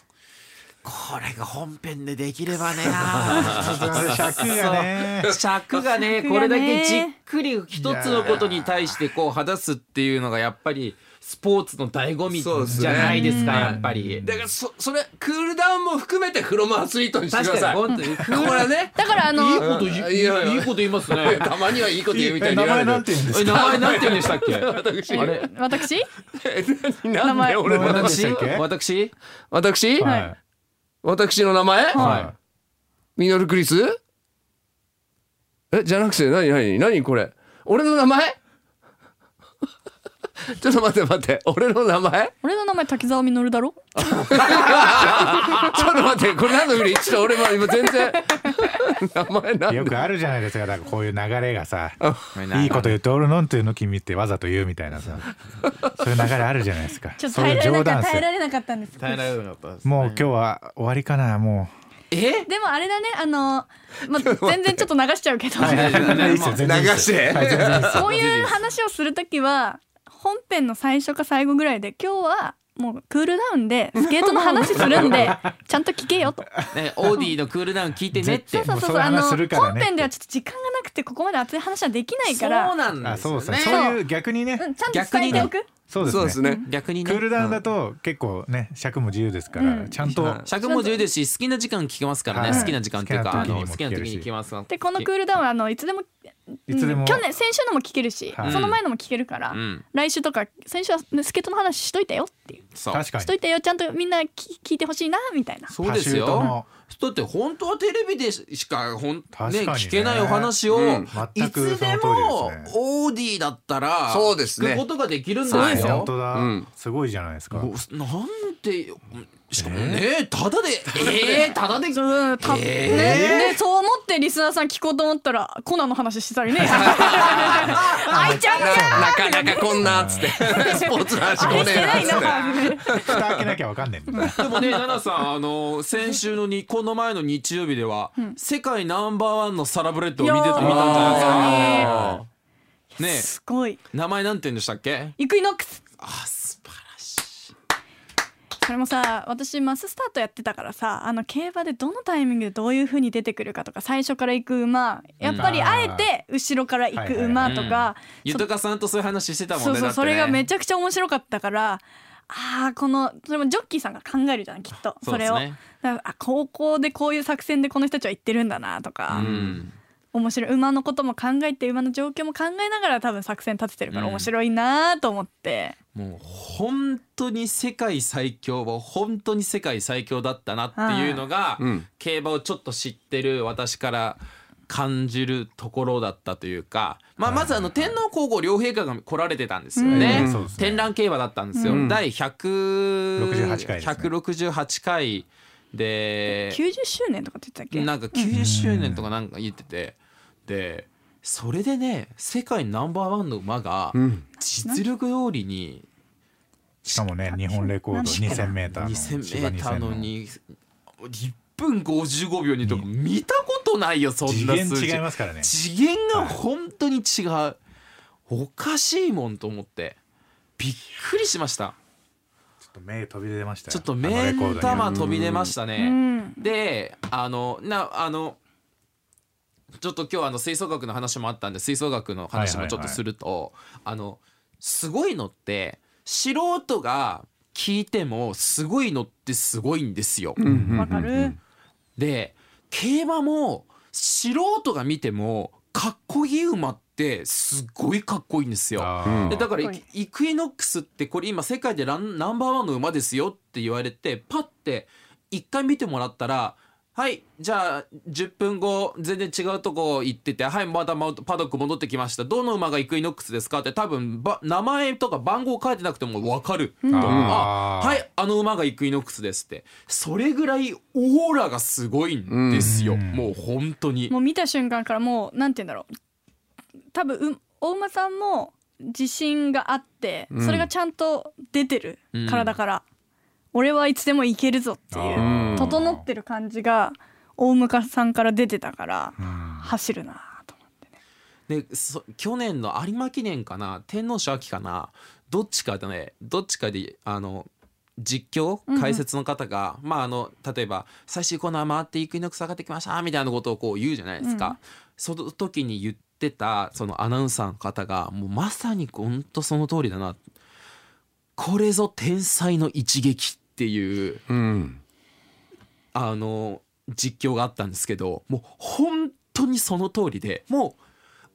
S4: れが本編でできればねあ
S1: さすがです尺が ね
S4: ー尺がね
S3: 尺がね
S4: これだけじっくり一つのことに対してこう話すっていうのがやっぱりスポーツの醍醐味じゃないですかやっぱり。
S6: だからそそれクールダウンも含めてフロムアスリートにしてくださ いこ
S4: 本当に
S6: れはね
S3: だからあの
S4: いいこと言
S6: いやいや
S4: いいいこと言いますね。
S6: たまにはいいこと言うみた
S1: え
S6: いに
S1: 名
S6: 言
S1: 前
S6: われる
S1: なんて言うんです
S4: え
S1: か
S4: 名前なんて言うんでしたっ け？あれ
S3: 私
S6: なんで俺
S1: 名前
S6: の
S1: 何でしたっけ
S4: 私
S6: 私、
S3: はい
S6: 私の名前、
S4: は
S6: ミノルクリスえじゃなくて何何何これ俺の名前 ちょっと待って待って俺の名前
S3: 俺の名前滝沢実だろ
S6: ちょっと待ってこれ何の振りちょっと俺ま今全然名前なん
S1: よ
S6: で
S1: くあるじゃないですかだからこういう流れがさ
S4: い。
S1: いいこと言っておるのんというの君ってわざと言うみたいなさそういう流れあるじゃないですか
S3: ちょっと
S1: そう
S3: 耐
S1: い
S3: え
S1: う
S3: られな
S1: 冗談
S3: かっ
S1: っす
S3: た耐えられなかったんです
S4: 耐えられなかったですね
S1: もう今日は終わりかなも
S4: え？
S3: でもあれだねあの、 まあ、全然ちょっと流しちゃうけど
S1: ういいっすよ全然いいっすよ
S6: て
S1: はい全然いいっす
S3: こういう話をするときは本編の最初か最後ぐらいで今日はもうクールダウンでスケートの話する んでちゃんと聞けよと。
S4: ねオーディのクールダウン聞いてねっ
S3: そ
S4: て
S3: う。そうそう
S1: もうそういう
S3: あの
S1: 話するからね
S3: 本編ではちょっと時間がなくてここまで熱い話はできない
S4: そ
S3: か
S4: う
S3: ら
S4: なん
S1: あ
S4: です
S1: そう
S4: よ
S1: ですね
S4: ね。
S1: そういう逆にね
S3: うん、ちゃんと伝えておく、
S1: そう
S6: そう
S1: で
S6: ですす
S1: ね
S6: ね
S4: 逆に
S1: ク
S4: ね。
S1: ールダウンだと結構ね尺も自由ですからちゃんと
S6: はい
S4: 尺も自由ですし好きな時間聞けますからね、
S1: はい
S4: 好きな時間っていうか
S1: 好
S4: あ
S1: きな時に
S4: の
S1: も
S4: 好きな時に聞けます
S3: でこのクールダウンはあのいつでも
S1: いつで
S3: う
S1: も
S3: ん去年先週のも聞けるし、
S1: はい
S3: その前のも聞けるから、
S4: うん
S3: 来週とか先週はねスケートの話しといたよっていう
S4: そう
S1: 確か
S3: しと
S1: に
S3: いたよちゃんとみんな聞聞いてほしいなみたいな
S4: そうです
S1: パシュート
S4: よ
S1: の
S4: だって本当はテレビでしかほん、ね
S1: 確かにね
S4: 聞けないお話を、
S6: うん
S1: 全
S4: いつ
S1: くそ
S4: で
S1: の通
S4: も
S1: りですね
S4: オーディだったら
S6: そうですね
S4: 聞くことができるんです
S6: そうです
S1: 本
S4: よ。
S1: 当だ
S6: うん
S1: すごいじゃないですか
S4: おなんてしかもね、ただでえー、ただで
S3: うんた
S4: えー
S3: ね、でそう思ってリスナーさん聞こうと思っ たらコナンの話してたりね愛ちゃんが
S6: なかなかこんなっ つってスポーツの話
S3: あ
S6: 来
S3: れ
S6: ね
S3: して
S6: え
S3: な
S6: なっ
S3: い
S6: つって
S3: な
S1: 蓋開けなきゃわかんないんだね
S4: でもね、 奈々さん、あの先週のにこの前の日曜日では、世界ナンバーワンのサラブレッドを見てた
S3: いやー
S4: 見たんじゃないで
S6: あ
S4: すか。ね
S3: すごい
S4: え名前なんて言うんでしたっけ？
S3: イクイノックス
S4: あ、素晴らし
S3: それもさ私マススタートやってたからさあの競馬でどのタイミングでどういう風に出てくるかとか最初から行く馬やっぱり
S1: うん
S3: あえて後ろから行く馬とか、
S4: い。ゆとかさんとそういう話してたもん
S3: そ
S4: ね。
S3: うそう
S4: だってね
S3: それがめちゃくちゃ面白かったからあーこのそれもジョッキーさんが考えるじゃんきっと
S4: そ
S3: そう
S4: で
S3: れ
S4: す
S3: を。
S4: ね
S3: だからあ高校でこういう作戦でこの人たちは行ってるんだなとか、
S4: うん。
S3: 面白い馬のことも考えて馬の状況も考えながら多分作戦立ててるから
S4: うん
S3: 面白いなと思って、
S4: もう本当に世界最強は本当に世界最強だったなっていう のが、
S6: うん
S4: 競馬をちょっと知ってる私から感じるところだったというか、まあ、まずあの天皇皇后両陛下が来られてたんですよ ね,、
S1: うんそうですね
S4: 天覧競馬だったんですよ、
S6: うん
S4: 第
S1: 68
S4: 168
S1: 回ですね
S4: 168回で
S3: 90周年とかって言ってたっけ
S4: なんか90周年とかなんか言ってて、でそれでね世界ナンバーワンの馬が
S6: ん
S4: 実力通りに
S1: しかもね日本レコード 2000m 芝
S4: 2000m の
S1: 2000の
S4: に1分55秒にとか見たことないよそん
S1: 次
S4: な
S1: 元
S4: 数字
S1: 違いますからね
S4: 次元が本当に違うおかしいもんと思ってびっくりしました
S1: ちょっと目飛び出ましたよ
S4: ちょっと
S1: あの
S4: 目
S1: レコードに
S4: 玉飛び出ましたね、
S3: うん
S4: であのなあのちょっと今日あの吹奏楽の話もあったんで吹奏楽の話もちょっとすると、あのすごいのって素人が聞いてもすごいのってすごいんですよ。
S3: わかる
S4: で競馬も素人が見てもかっこいい馬ってすごいかっこいいんですよ。
S1: あ
S6: うん
S1: ー
S4: でだから
S3: かっこい
S4: イイクイノックスってこれ今世界でランナンバーワンの馬ですよって言われてパッて一回見てもらったらはいじゃあ10分後全然違うとこ行ってて「はいまたまパドック戻ってきましたどの馬がイクイノックスですか?」って多分ば名前とか番号書いてなくても分かると思う、あ
S1: あー
S4: はいあの馬がイクイノックスですってそれぐらいオーラがすごいんですよ、もう本当に
S3: もう見た瞬間からもうなんて言うんだろう多分う大馬さんも自信があってそれがちゃんと出てる
S4: うん
S3: 体から、俺はいつでもいけるぞっていう
S1: あー
S3: 整ってる感じが大向さんから出てたから
S1: うん
S3: 走るなと思ってね
S4: でそ去年の有馬記念かな天皇賞秋かなどっちかでねどっちかであの実況解説の方が、まああの例えば「最終コーナー回ってイクイノックス上がってきました」みたいなことをこう言うじゃないですか。その時に言ってたそのアナウンサーの方がもうまさに本当その通りだなこれぞ天才の一撃っていう
S6: うん
S4: あの実況があったんですけどもう本当にその通りでも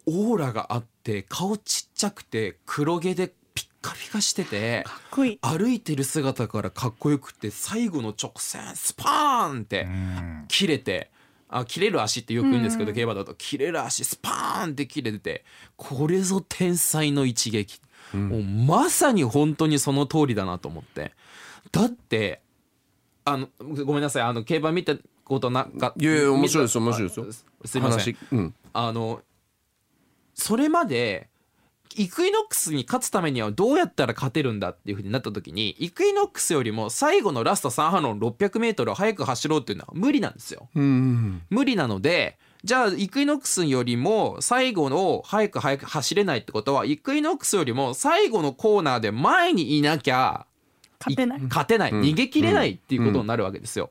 S4: うオーラがあって顔ちっちゃくて黒毛でピッカピカしてて
S3: かっこいい
S4: 歩いてる姿からかっこよくて最後の直線スパーンって
S1: うん
S4: 切れて。あ切れる足ってよく言うんですけど、
S3: うん
S4: 競馬だと切れる足スパーンって切れててこれぞ天才の一撃、もうまさに本当にその通りだなと思ってだってあのごめんなさいあの競馬見たことなかった
S6: いやいや面白いですよ面白いですよ
S4: すいません
S6: 話うん
S4: あのそれまでイクイノックスに勝つためにはどうやったら勝てるんだっていう風になった時にイクイノックスよりも最後のラスト3波の 600m を速く走ろうっていうのは無理なんですよ。
S6: うん
S4: 無理なのでじゃあイクイノックスよりも最後の早く早く走れないってことはイクイノックスよりも最後のコーナーで前にいなきゃ
S3: 勝てない
S4: 勝てない逃げ切れないっていうことになるわけですよ。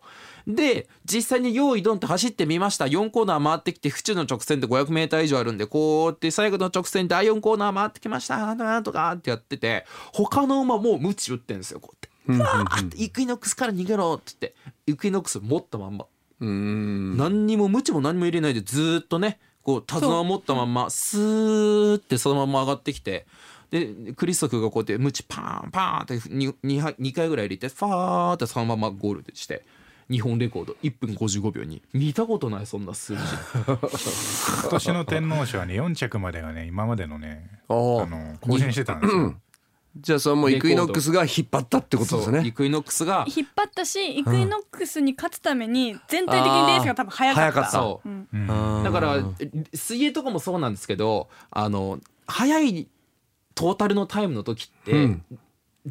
S4: で実際に用意ドンって走ってみました4コーナー回ってきて府中の直線で 500m 以上あるんでこうやって最後の直線第4コーナー回ってきましたなんとかなんとかってやってて他の馬もう無打ってんですよこうやって。うわーってイクイノックスから逃げろって言ってイクイノックス持ったまんま
S6: うん
S4: 何にも無知も何も入れないでずーっとねこう手綱を持ったまんまスーってそのまま上がってきてでクリストフがこうやって無知パーンパーンって 2, 回ぐらい入れてファーってそのままゴールして日本レコード1分55秒に見たことないそんな 数字
S1: 今年の天皇賞はね4着までがね今までのね
S6: あ
S1: あ
S6: ー
S1: の更新してたんですよ
S6: じゃあそれはもうイクイノックスが引っ張ったってことです
S4: そうイ
S6: ね
S4: クイノックスが
S3: 引っ張ったしイクイノックスに勝つために全体的にレースが多分早か
S6: あー早
S3: った
S6: かった
S4: そう
S3: うん
S1: うん
S4: だから水泳とかもそうなんですけどあの速いトータルのタイムの時って、
S6: うん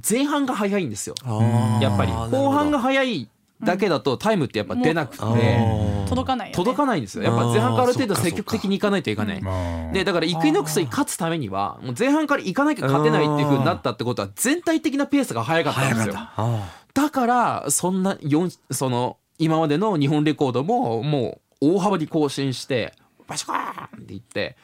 S4: 前半が速いんですよ
S6: あー
S4: やっぱり
S6: なるほど
S4: 後半が速いだけだとタイムってやっぱ出なくて
S6: あー
S3: 届かないよ、ね、
S4: 届かないんですよやっぱ前半からある程度
S6: あーそっか
S4: 積極的にいかないといかない。
S1: まあ
S4: でだからイクイノックスに勝つためにはもう前半からいかなきゃ勝てないっていう風になったってことは全体的なペースが速かったんですよ
S6: あ
S4: だからそんな四その今までの日本レコードももう大幅に更新してバシコーンって言って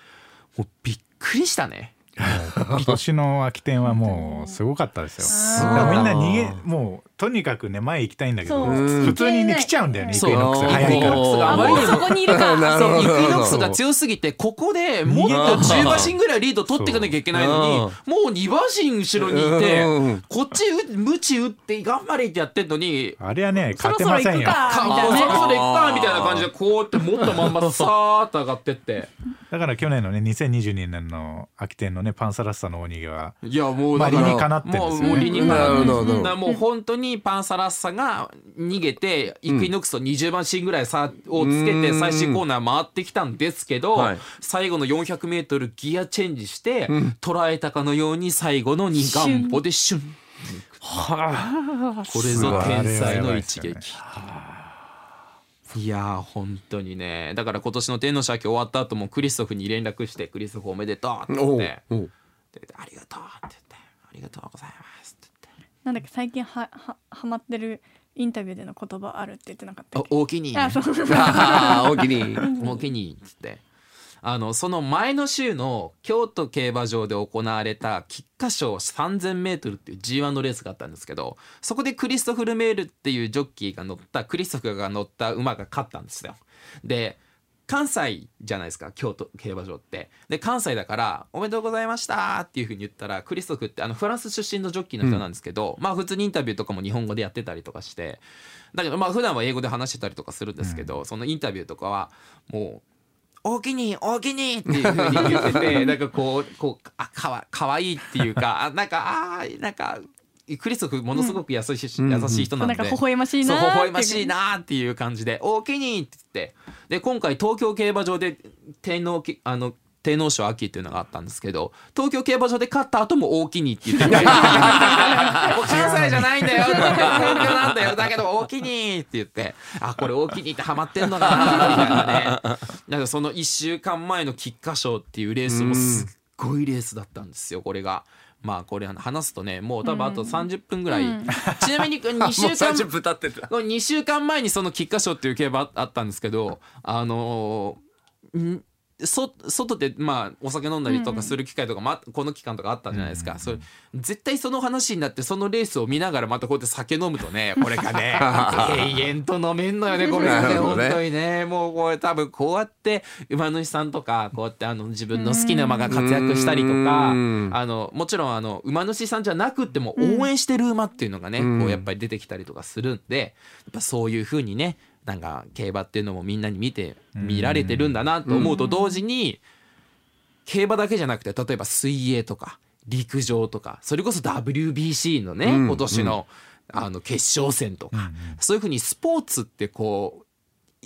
S4: もうびっくりしたね
S1: 今年の秋天はもうすごかったですよ。だからみんな逃げもうとにかくね前行きたいんだけど
S3: そう
S1: 普通にね来ちゃうんだよねイクイノックス
S4: そう
S1: 早いか
S4: イクイノックスが
S1: ら。
S3: あ
S4: あ
S3: も
S4: ま
S3: う
S4: りにも
S3: そこにいる
S6: ーな
S3: か
S6: る
S4: そう
S6: ほど
S4: イクイノックスが強すぎてここでもっと10馬身ぐらいリード取っていかなきゃいけないのにもう2馬身後ろにいて
S6: うん
S4: こっち打無知打って頑張れってやってんのに。
S1: あれはね
S3: そ
S1: 勝
S3: ろ
S1: て
S3: そ
S1: ま
S3: ろ行
S1: せん
S3: く
S1: よ。だ
S3: か
S4: か
S3: みたい
S4: もう
S3: な
S4: そ
S3: ね
S4: ろそろ行くかみたいな感じでこうやって持ったまんまさーっと上がってって
S1: から去年のね2022年の秋天のねパンサラッサの大逃げはい
S4: やもう
S1: まあ理
S4: だから
S1: にかなってんですよ
S4: もう
S1: ね。
S4: もう理にかなっ
S6: な
S4: て
S6: るほど
S4: だからもう本当にパンサラッサが逃げてイクイノックスと20番シンぐらい差をつけて
S6: うん
S4: 最終コーナー回ってきたんですけど
S6: はい
S4: 最後の 400m ギアチェンジして捉えたかのように最後の二眼歩でシュンこれぞ天才の一撃。いやー本当にねだから今年の天皇賞秋終わった後もクリストフに連絡して「クリストフおめでとう」って言
S6: お
S4: っ
S6: う
S4: て。
S6: おう
S4: って言ってありがとうって言ってありがとうございますって言って
S3: なんだっけ最近はははまってるインタビューでの言葉あるって言ってなかったっけ
S4: おおおきに
S3: あそう
S6: あーおおきに
S4: おきにっつってあのその前の週の京都競馬場で行われた菊花賞 3000m っていう G1 のレースがあったんですけどそこでクリストフ・ルメールっていうジョッキーが乗ったクリストフが乗った馬が勝ったんですよ。で関西じゃないですか京都競馬場ってで関西だから「おめでとうございました」っていうふうに言ったらクリストフってあのフランス出身のジョッキーの人なんですけど、まあ普通にインタビューとかも日本語でやってたりとかしてだけどまあ普段は英語で話してたりとかするんですけど、そのインタビューとかはもうおおきにおおきにっていうふうに言って てなんかこうこうあかわかわいいっていうかあなんかあーなんかクリストフものすごく優しいし、優しい人なん
S3: な
S4: で
S3: んか微笑ましい
S4: そう
S3: なー
S4: 微
S3: って
S4: 笑ましいなーっていう感じで「おおきに!」って言ってで今回東京競馬場で天皇きあの天皇賞秋っていうのがあったんですけど東京競馬場で勝った後も「大きに」って言って てもう関西じゃないんだよ」とか「東京なんだよだけど大きに」って言って「あこれ大きに」ってハマってんのかなみたいなねなんかその1週間前の菊花賞っていうレースもすっごいレースだったんですよこれが。まあこれ話すとねもう多分あと30分ぐらい、ちなみに2週間
S6: 30分経ってた
S4: これ2週間前にその菊花賞っていう競馬あったんですけどあのーんそ外でまあお酒飲んだりとかする機会とかもあこの期間とかあったじゃないですか、それ絶対その話になってそのレースを見ながらまたこうやって酒飲むとねこれがね永遠と飲めんのよねこれ が
S6: な
S4: ね
S6: るほど
S4: 本
S6: ね
S4: 当にねもうこれ多分こうやって馬主さんとかこうやってあの自分の好きな馬が活躍したりとか
S6: うん
S4: あのもちろんあの馬主さんじゃなくても応援してる馬っていうのがね、
S6: ん
S4: こうやっぱり出てきたりとかするんでやっぱそういう風にねなんか競馬っていうのもみんなに見て見られてるんだなと思うと同時に競馬だけじゃなくて例えば水泳とか陸上とかそれこそ WBC のね
S6: うん
S4: 今年のあの決勝戦とかそういう風にスポーツってこう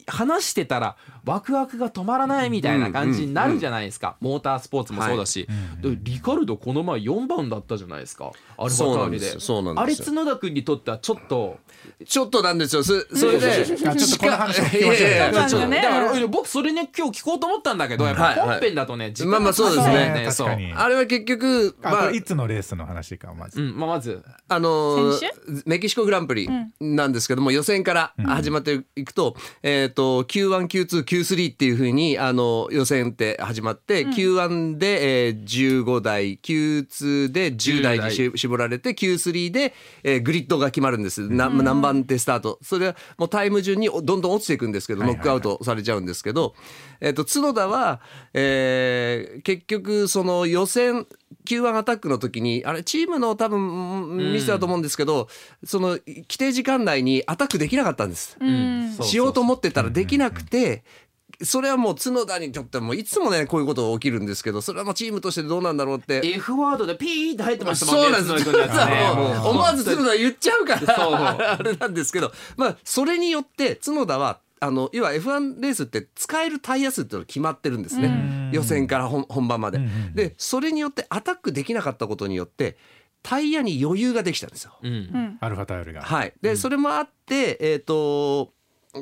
S4: 話してたらワクワクが止まらないみたいな感じになるじゃないですか、モータースポーツもそうだし、でリカルドこの前4番だったじゃないですかアルファ
S6: そう
S4: タ
S6: な
S4: ウ
S6: ん
S4: リ
S6: で
S4: です
S6: よそうなんですよ
S4: あれ角田君にとってはちょっと
S6: ちょっとなんですよそそれで
S1: あちょっとこの話聞きましょう
S6: いやいや
S3: いやそうなんだね
S4: だから僕それね今日聞こうと思ったんだけどやっぱ
S6: はいはい
S4: 本編だとね、時間
S6: まあまあそうですね
S1: 確
S4: そう
S1: かに
S6: あれは結局
S1: あ
S6: ま
S1: こ
S6: あ
S1: れいつのレースの話かまず、
S4: うんまあ、まず
S6: あのー
S3: 先
S6: メキシコグランプリなんですけども、予選から始まっていくと、えっ、と、Q1、Q2、Q3 っていうふうに、あの、予選って始まって、Q1 で、えー15台、Q2 で10台にし絞られて、Q3 で、えーグリッドが決まるんです。な何番手スタート。それはもうタイム順におどんどん落ちていくんですけど、ノックアウトされちゃうんですけど、えっ、と、角田は、えー結局、その予選、Q1 アタックの時に、あれ、チームの多分、うんミスだと思うんですけど、その、規定時間内にアタックできなかったんです。
S4: うんそうそうそう
S6: しようと思ってたらできなくて、それはもう角田にとってはもういつもね、こういうことが起きるんですけど、それはもうチームとしてどうなんだろうって。
S4: F ワードでピーって入ってましたも
S6: そ
S4: ん
S6: う
S4: ね
S6: なんです
S4: 角田君のやつね
S6: もう
S4: もう
S6: 思わず角田言っちゃうか
S4: そう
S6: らあれなんですけど、まあ、それによって角田はあの要は F1 レースって使えるタイヤ数っていうのが決まってるんですね予選から本本番まで。でそれによってアタックできなかったことによってタイヤに余裕ができたんですよ。
S4: うん
S1: アルファタオルが、
S6: はい、で、それもあって、えー、と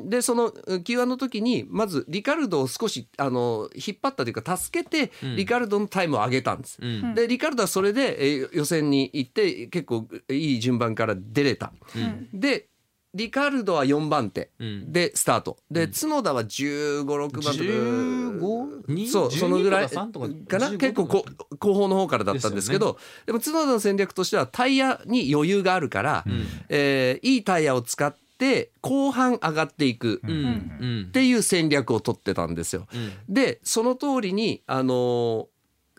S6: でその Q1 の時にまずリカルドを少しあの引っ張ったというか助けて
S4: ん
S6: リカルドのタイムを上げたんです。
S4: うん
S6: でリカルドはそれで、えー予選に行って結構いい順番から出れた。
S4: うん
S6: でリカルドは4番手
S4: うん
S6: でスタート、で角田は1 5 6番手
S4: 15
S6: そうそのぐらい
S4: 12とか3と
S6: かな
S4: 15
S6: 結構こ後方の方からだったんですけどで,、も角田の戦略としてはタイヤに余裕があるから、えーいいタイヤを使って後半上がっていく
S4: う
S6: っ
S4: んうん
S6: ていう戦略を取ってたんですよ。
S4: うん
S6: でその通りにあのー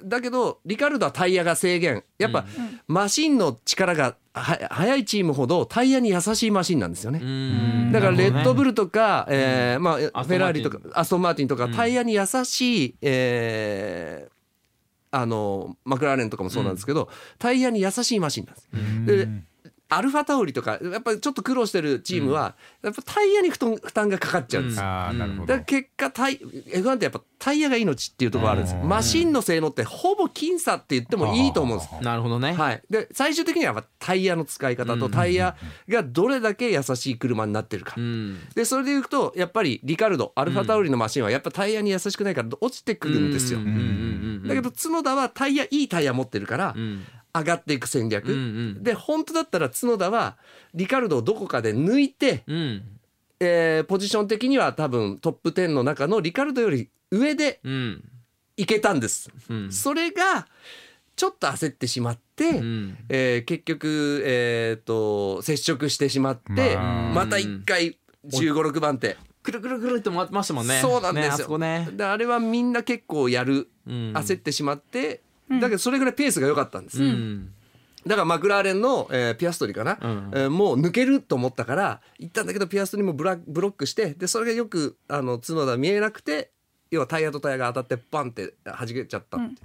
S6: だけどリカルドはタイヤが制限やっぱ、マシンの力がは速いチームほどタイヤに優しいマシンなんですよね。
S4: うん
S6: だからレ
S4: な
S6: ッ
S4: る
S6: ド
S4: ほどね
S6: ブルとか、えーまあ、フ
S4: アストンマーティン
S6: ェラーリとかアストンマーティンとかタイヤに優しい、えーあのマクラーレンとかもそうなんですけど、タイヤに優しいマシンなんです。でアルファタオリとかやっぱりちょっと苦労してるチームは、やっぱタイヤに負担負担がかかっちゃうんですよ
S1: ああなるほど、
S6: だから結果タイ F1 ってやっぱタイヤが命っていうところあるんです
S1: うん
S6: マシンの性能ってほぼ僅差って言ってもいいと思うんです。
S4: なるほどね、
S6: はい、で最終的にはやっぱタイヤの使い方とタイヤがどれだけ優しい車になってるか
S4: う。ん
S6: でそれでいくとやっぱりリカルドアルファタオリのマシンはやっぱタイヤに優しくないから落ちてくるんですよ。
S4: うんうんうんうん
S6: だけど角田はタイヤいいタイヤ持ってるから
S4: うん
S6: 上がっていく戦略、
S4: うんうん
S6: で本当だったら角田はリカルドをどこかで抜いて、
S4: うん
S6: えーポジション的には多分トップ10の中のリカルドより上で
S4: うん
S6: いけたんです、
S4: うん
S6: それがちょっと焦ってしまって、
S4: うん
S6: えー結局、えー、と接触してしまって、
S1: まあ
S6: また一回1 5 6番手
S4: くるくるくるって回ってましたもんね
S6: そうなんですよ、
S4: ねあそこね
S6: であれはみんな結構やる、
S4: うん
S6: 焦ってしまって
S3: ん
S6: だけどそれぐらいペースが良かったんです、
S4: うん
S6: だからマクラーレンの、えーピアストリかな、
S4: うん
S6: えーもう抜けると思ったから行ったんだけどピアストリもブラブロックしてでそれがよくあの角田見えなくて要はタイヤとタイヤが当たってバンって弾けちゃった、
S3: うん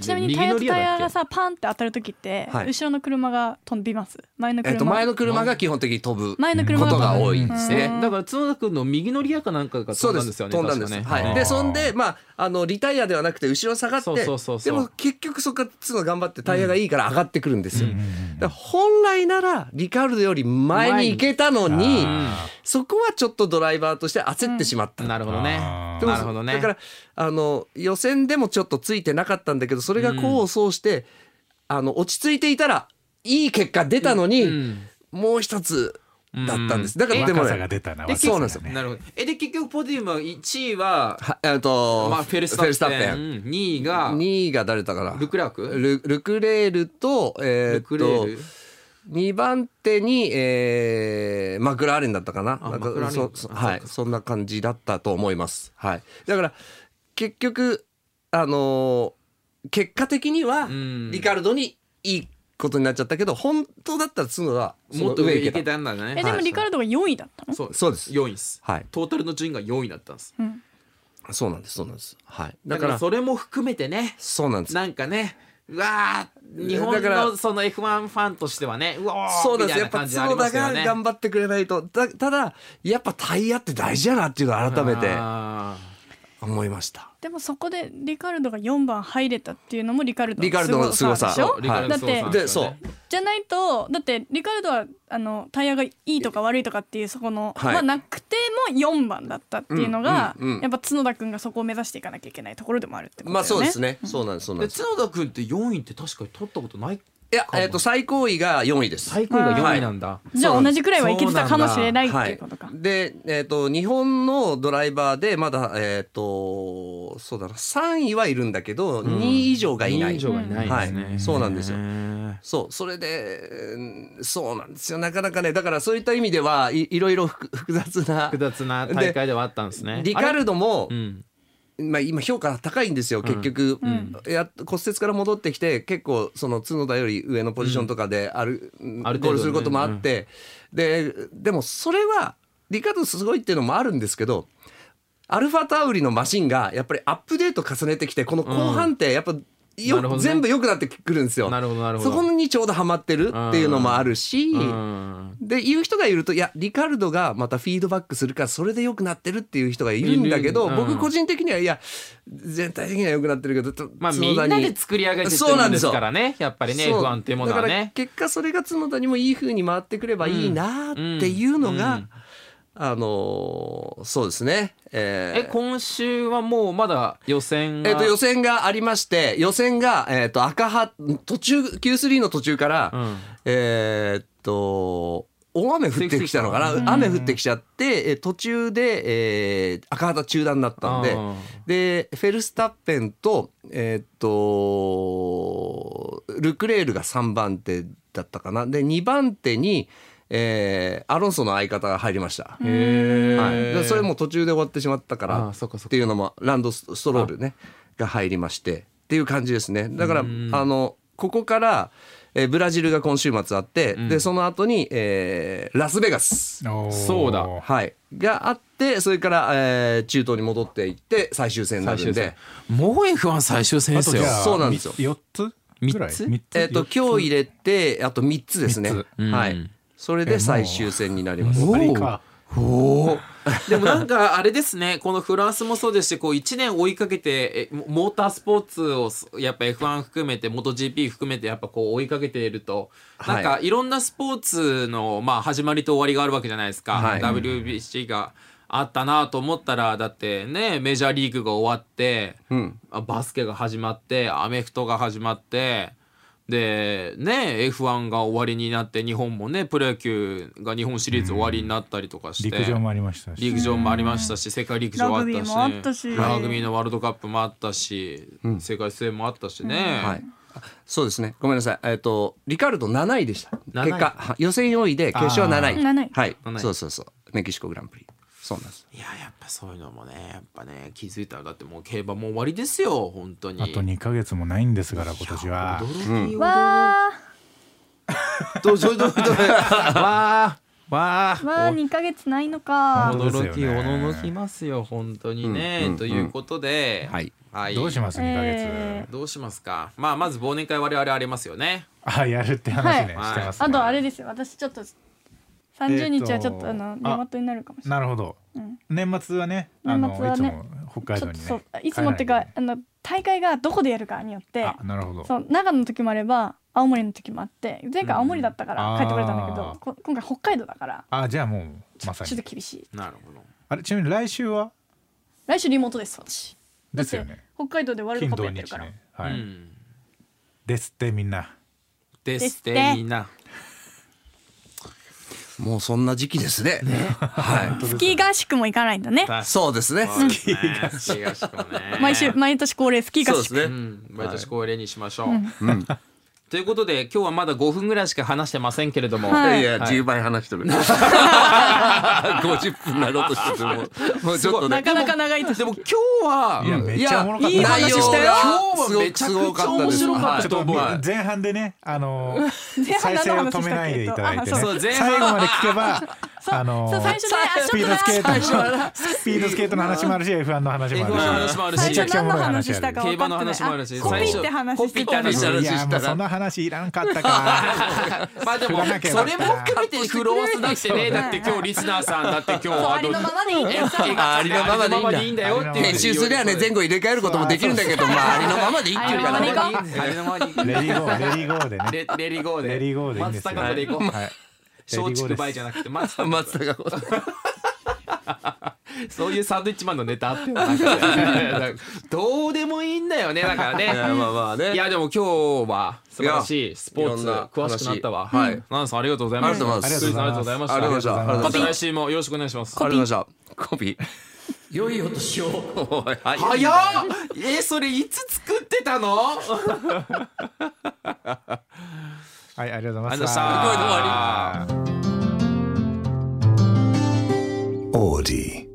S3: ちなみに
S4: 右
S3: タイヤ
S4: の
S3: と
S4: リア
S3: タイ
S4: だっけ
S3: ヤがさパンって当たる時って、
S6: はい
S3: 後ろの車が飛びます前の
S6: えっ
S3: 車、
S6: と、前の車が基本的に飛ぶ
S3: 前の
S6: こ
S3: 車
S6: とが
S3: が
S6: 多い
S3: い
S6: です
S4: ね
S6: ね。
S4: だから角田君の右のリアかなんかが
S6: そ
S4: 飛
S6: うんで
S4: だん
S6: す
S4: ですよね
S6: 飛んだんです、
S4: 確かね
S6: はい、
S1: あ
S6: で
S1: ー
S6: そんでまああのリタイアではなくて後ろ下がって
S4: そうそうそうそう
S6: でも結局そこから角が頑張ってタイヤがいいから上がってくるんですよ、
S1: うんうん
S6: だから本来ならリカルドより前に行けたのに
S1: あ
S6: そこはちょっとドライバーとして焦ってしまった、
S4: なるほどね
S1: あー
S6: でも
S4: なるほどね
S6: だからあの予選でもちょっとついてなかったんだけどそれが功を奏して、あの落ち着いていたらいい結果出たのに、
S4: うん
S6: もう一つだったんです、だからでも
S1: 若さ
S6: ね
S1: が出たな
S4: で
S1: 若さが
S6: そうなんですよ
S4: なるほどえで結局ポディウムは1位は、
S6: はえっと、
S4: まあ、フェルスタッペン2位が
S6: 2位が誰だから
S4: ルクラーク
S6: ルルクレールと,、えー
S4: ル
S6: っ
S4: クレール
S6: と2番手に、えーマクラーレンだったかな
S4: あ
S6: なんか
S4: マクラーレ
S6: そ
S4: ン
S6: そ
S4: あ
S6: はい、
S4: そうか
S6: そんな感じだったと思います、はい、だから結局、あのー結果的には
S4: ん
S6: リカルドにいいことになっちゃったけど本当だったら角は
S4: もっと上行け
S6: た
S4: たんだね
S3: えでもリカルドが4位だったの、
S4: そう
S6: そうです
S4: 4位です、
S6: はい
S4: トータルの順位が4位だったんです
S3: うん
S6: そうなんですそうなんです、はい、だ
S4: だか
S6: からら
S4: それも含めてね
S6: そうなんです
S4: なんかねうわー日本
S6: だから
S4: のその F1 ファンとしてはねうわー
S6: そうなん
S4: み
S6: で
S4: た
S6: す
S4: い
S6: やっぱ
S4: な感
S6: 角
S4: じありま
S6: 田
S4: すよ
S6: が
S4: ね
S6: 頑張ってくれないとたただやっぱタイヤって大事だなっていうのを改めて
S4: あ
S6: 思いました
S3: でもそこでリカルドが4番入れたっていうのもリカルド
S6: リカルドの凄さ
S3: でしょ
S4: ーリカルド
S3: だって
S4: ソーさん
S6: です
S4: よね
S6: そう
S3: じゃないとだってリカルドはあのタイヤがいいとか悪いとかっていうそこの、
S6: はい
S3: はなくても4番だったっていうのが、
S6: うんうんうん
S3: やっぱ角田君がそこを目指していかなきゃいけないところでもあるってことだよね。
S6: まあそうですねそうなんですそうなん
S4: で
S6: です
S4: 角田君って4位って確かに取ったことない
S6: いやえっと最高位が4位です
S4: 最高位が4位なんだ、
S3: じゃあ同じくらいはいけてたかもしれないって
S6: はい
S3: いうことか。
S6: でえっと日本のドライバーでまだえっとそうだな3位はいるんだけど2位以上がいない
S4: 人情がいないですね、
S6: はいそうなんですよ
S4: へー
S6: そうそれでうんそうなんですよなかなかねだからそういった意味ではいいろいろ複複雑な
S4: 複雑な大会ではあったんですね
S6: リカルドも
S4: ドうん
S6: まあ、今評価高いんですよ結局、や骨折から戻ってきて結構その角田より上のポジションとかである、
S4: ある程度ね
S6: ゴールすることもあって、ででもそれはリカルドすごいっていうのもあるんですけどアルファタウリのマシンがやっぱりアップデート重ねてきてこの後半ってやっぱ、よ
S4: なるほどね
S6: 全部良くなってくるんですよ。
S4: なるほどなるほど
S6: そこにちょうどハマってるっていうのもあるし、
S4: うん
S6: で言う人がいるといやリカルドがまたフィードバックするからそれで良くなってるっていう人がいるんだけど、
S4: いるうん
S6: 僕個人的にはいや全体的には良くなってるけどと
S4: まあみ
S6: 角
S4: ん
S6: 田
S4: な
S6: に
S4: で作り上げてって
S6: そう
S4: る
S6: なんん
S4: で
S6: ですすよ
S4: からねやっぱりね
S6: そう
S4: F1 っていうものは
S6: だから
S4: ね
S6: 結果それが角田にもいい風に回ってくればいいなっていうのが、
S4: うんうん
S6: あのーそうですねえー
S4: え今週はもうまだ予選が
S6: えっと予選がありまして予選が、えっと赤は途中 Q3 の途中から、
S4: うん
S6: えーっと大雨降ってきたのかな、雨降ってきちゃってえ途中で、えー赤旗中断になったんで
S4: うん
S6: でフェルスタッペンと,、えーっとルクレールが3番手だったかなで2番手に、えーアロンソの相方が入りました。
S4: へ
S6: はい、
S4: ー
S6: でそれも途中で終わってしまったか
S4: あ
S6: ら
S4: ーそっかそっか
S6: っていうのもランドスストロールねが入りましてっていう感じですねだからあのここから、えーブラジルが今週末あって、でその後に、えーラスベガス、
S1: おー
S4: そうだ
S6: はい、があってそれから、えー中東に戻っていって最終戦にな
S4: 最
S6: るん
S4: 終戦
S6: で。
S4: もう F1 最終戦で
S1: あと
S4: す
S1: じ
S4: よ
S1: ゃあ
S6: そうなんですよ
S1: 4つぐらい
S4: 三つ
S1: 三つ
S6: えっと
S1: 四つ
S6: 今日入れてあと3つですね
S1: 三つ、
S4: うん
S6: はいそれ
S1: え
S6: で
S1: もう
S6: 最終戦になります
S1: やっぱりか
S4: おーでもなんかあれですねこのフランスもそうですしこう1年追いかけてえモモータースポーツをすやっぱ F1 含めて MotoGP 含めてやっぱこう追いかけていると
S6: は
S4: なん
S6: い
S4: かいろんなスポーツの、まあ、始まりと終わりがあるわけじゃないですか、
S6: はい
S4: WBC があったなと思ったらだってねメジャーリーグが終わって、
S6: ん
S4: あバスケが始まってアメフトが始まって。でね F1 が終わりになって日本もねプロ野球が日本シリーズ終わりになったりとかして
S1: 陸上もありましたし
S4: 陸上もありましたし世界陸上あった
S3: ラグ
S4: し,、ね、
S3: ビーもあったし
S4: ラグビーのワールドカップもあったし、世界水泳もあったしね、
S6: はい、あそうですねごめんなさい、えっとリカルド7位でした
S4: 7位
S6: 結果は予選4位で決勝は7位
S3: あー7位
S6: はい
S4: 7位
S6: そうそうそうメキシコグランプリそうなんです
S4: いややっぱそういうのもねやっぱね気づいたらだってもう競馬もう終わりですよ本当に
S1: あと2ヶ月もないんですから今年は
S4: 驚 きよ
S3: わ
S6: どうどうどうどう
S4: わーわ
S3: ーわー2ヶ月ないのか
S1: 本当
S4: 驚き
S1: ですよね
S4: 驚きますよ本当にね、
S6: うんうん
S4: ということで、
S6: はい、
S4: はい、
S1: どうします2ヶ月、
S3: え
S4: どうしますかまあまず忘年会我々ありますよね
S1: あやるって話ね、
S4: はい
S1: してます、ね
S3: あとあれですよ私ちょっと30日はちょっとあ
S1: え
S3: の
S1: ーと
S3: 出元になるかもしれない
S1: なるほど、
S3: ん
S1: 年末はねあ
S3: 年
S1: の
S3: 末はい
S1: つ
S3: ね
S1: も北海
S3: ちょ
S1: 道
S3: っ
S1: に
S3: と
S1: ね
S3: そういつもっていうか
S1: 帰
S3: あの大会がどこでやるかによって
S1: らないとねあなるほど
S3: そう長野の時もあれば青森の時もあって前回青森だったか
S1: うん
S3: ら帰ってこれたんだけ
S1: あ
S3: ど
S1: ー
S3: こ今回北海道だから
S1: あじゃあもうまさ
S3: ちょっ
S1: に
S3: と厳しい
S4: なるほど
S1: あれちなみに来週は
S3: 来週リモートです私
S1: で
S3: だっ
S1: す
S3: て
S1: よね
S3: 北海道でワール
S1: 金
S3: ドカッ
S1: 土
S3: プやってる
S1: 日
S3: から
S1: ねはい、
S4: うん
S1: ですってみんな
S4: ですっ
S3: ですって
S4: てみんな
S6: もうそんな時期ですねは
S3: スキー合宿も行かないんだね
S6: いそうですね
S4: そうですね 月合宿もね
S3: 毎週毎年恒例スキー合
S6: そう
S3: 宿
S6: です
S4: う
S6: ね
S4: ん毎年恒例にしましょう、
S6: うん
S4: ということで今日はまだ5分ぐらいしか話してませんけれども、
S3: はい
S6: いやいや、
S4: はい
S6: 10倍話して る。50分になろうとしててもう、もうちょっと
S3: な
S6: ね。
S3: かなか長いと
S4: でも今日は、
S1: いやめっちゃおもろかった
S4: いやいい話したよ。今
S6: すご
S4: 日は
S6: く
S4: めちゃく
S6: すご
S4: ち
S6: か
S4: ゃ
S6: った
S4: 面
S6: です
S4: 白かっ
S6: は
S4: た
S6: い
S1: ち
S4: と
S1: ょっ
S4: 思う。
S1: と前半でね、あのー
S3: 前
S1: 再
S3: 半
S1: 生を
S3: 何の話
S1: 止めないでいただいてね、
S3: した
S4: っけとあそう
S1: 最後まで聞けば、あの
S3: そう最
S1: ー
S3: 初ねあ
S1: ス
S3: ち
S1: ピ
S3: ょ
S1: ー
S3: っ
S1: ドスケ
S3: と
S1: ートのスピードスケートの話もあるし、F1 の話も
S4: F1 の
S1: あるし
S4: 話もある
S3: 最
S1: めちゃ
S4: し
S1: くち
S3: 初
S1: ゃおも
S3: 何の
S1: ろい話
S3: 話
S1: ある
S3: したか分かってない
S4: 競馬の話もあるし
S3: コピーって話
S4: コピー
S3: して
S4: って
S3: た
S1: いやもうその
S6: 最初
S4: 話
S1: 話いらんかったか。
S4: まあでも
S1: 振らなきゃよか
S4: そ
S1: った
S4: れも含めてフロースだってねだって今日リスナーさんだって今日
S3: そう
S4: は
S3: ありのままでいいんだよ
S6: ありのままでいいんだ
S4: ありのままでいいんだよっていう
S6: 編集すりゃね、前後入れ替えることもできるんだけど、まあ、ありのままでいいっていうか
S3: あ
S6: ら
S3: り
S6: ね
S3: の。ままでいい
S4: ありのままでいい
S1: レディーゴー、レディーゴーでね。
S4: レレリゴーで
S1: レディーゴーでいいんで
S4: 松
S1: すよ。
S4: 坂で行こう
S1: はい
S4: 松竹梅じゃなくて松坂
S6: 松坂子
S4: そういうサンドイッチマンのネタあってなん かねどうでもいいんだよねだからね
S6: いやまあまあね
S4: いやでも今日は素晴らしいスポーツ
S6: いろんな
S4: 詳しくなったわ
S6: 話
S4: はいナンさんありがとうございました
S6: ありがとうございます
S4: スイさんありがとうございました
S6: ありがとうございました
S4: また来週もよろしくお願いします
S6: ありがとうございました。コピー。良いお年を。
S4: 早
S6: 早
S4: っえーそれいつ作ってたのありがとう
S1: はい、ありがとうござ
S4: ござ
S1: い
S4: い
S1: ま
S4: まし
S1: した。
S4: た
S6: り
S2: オーディ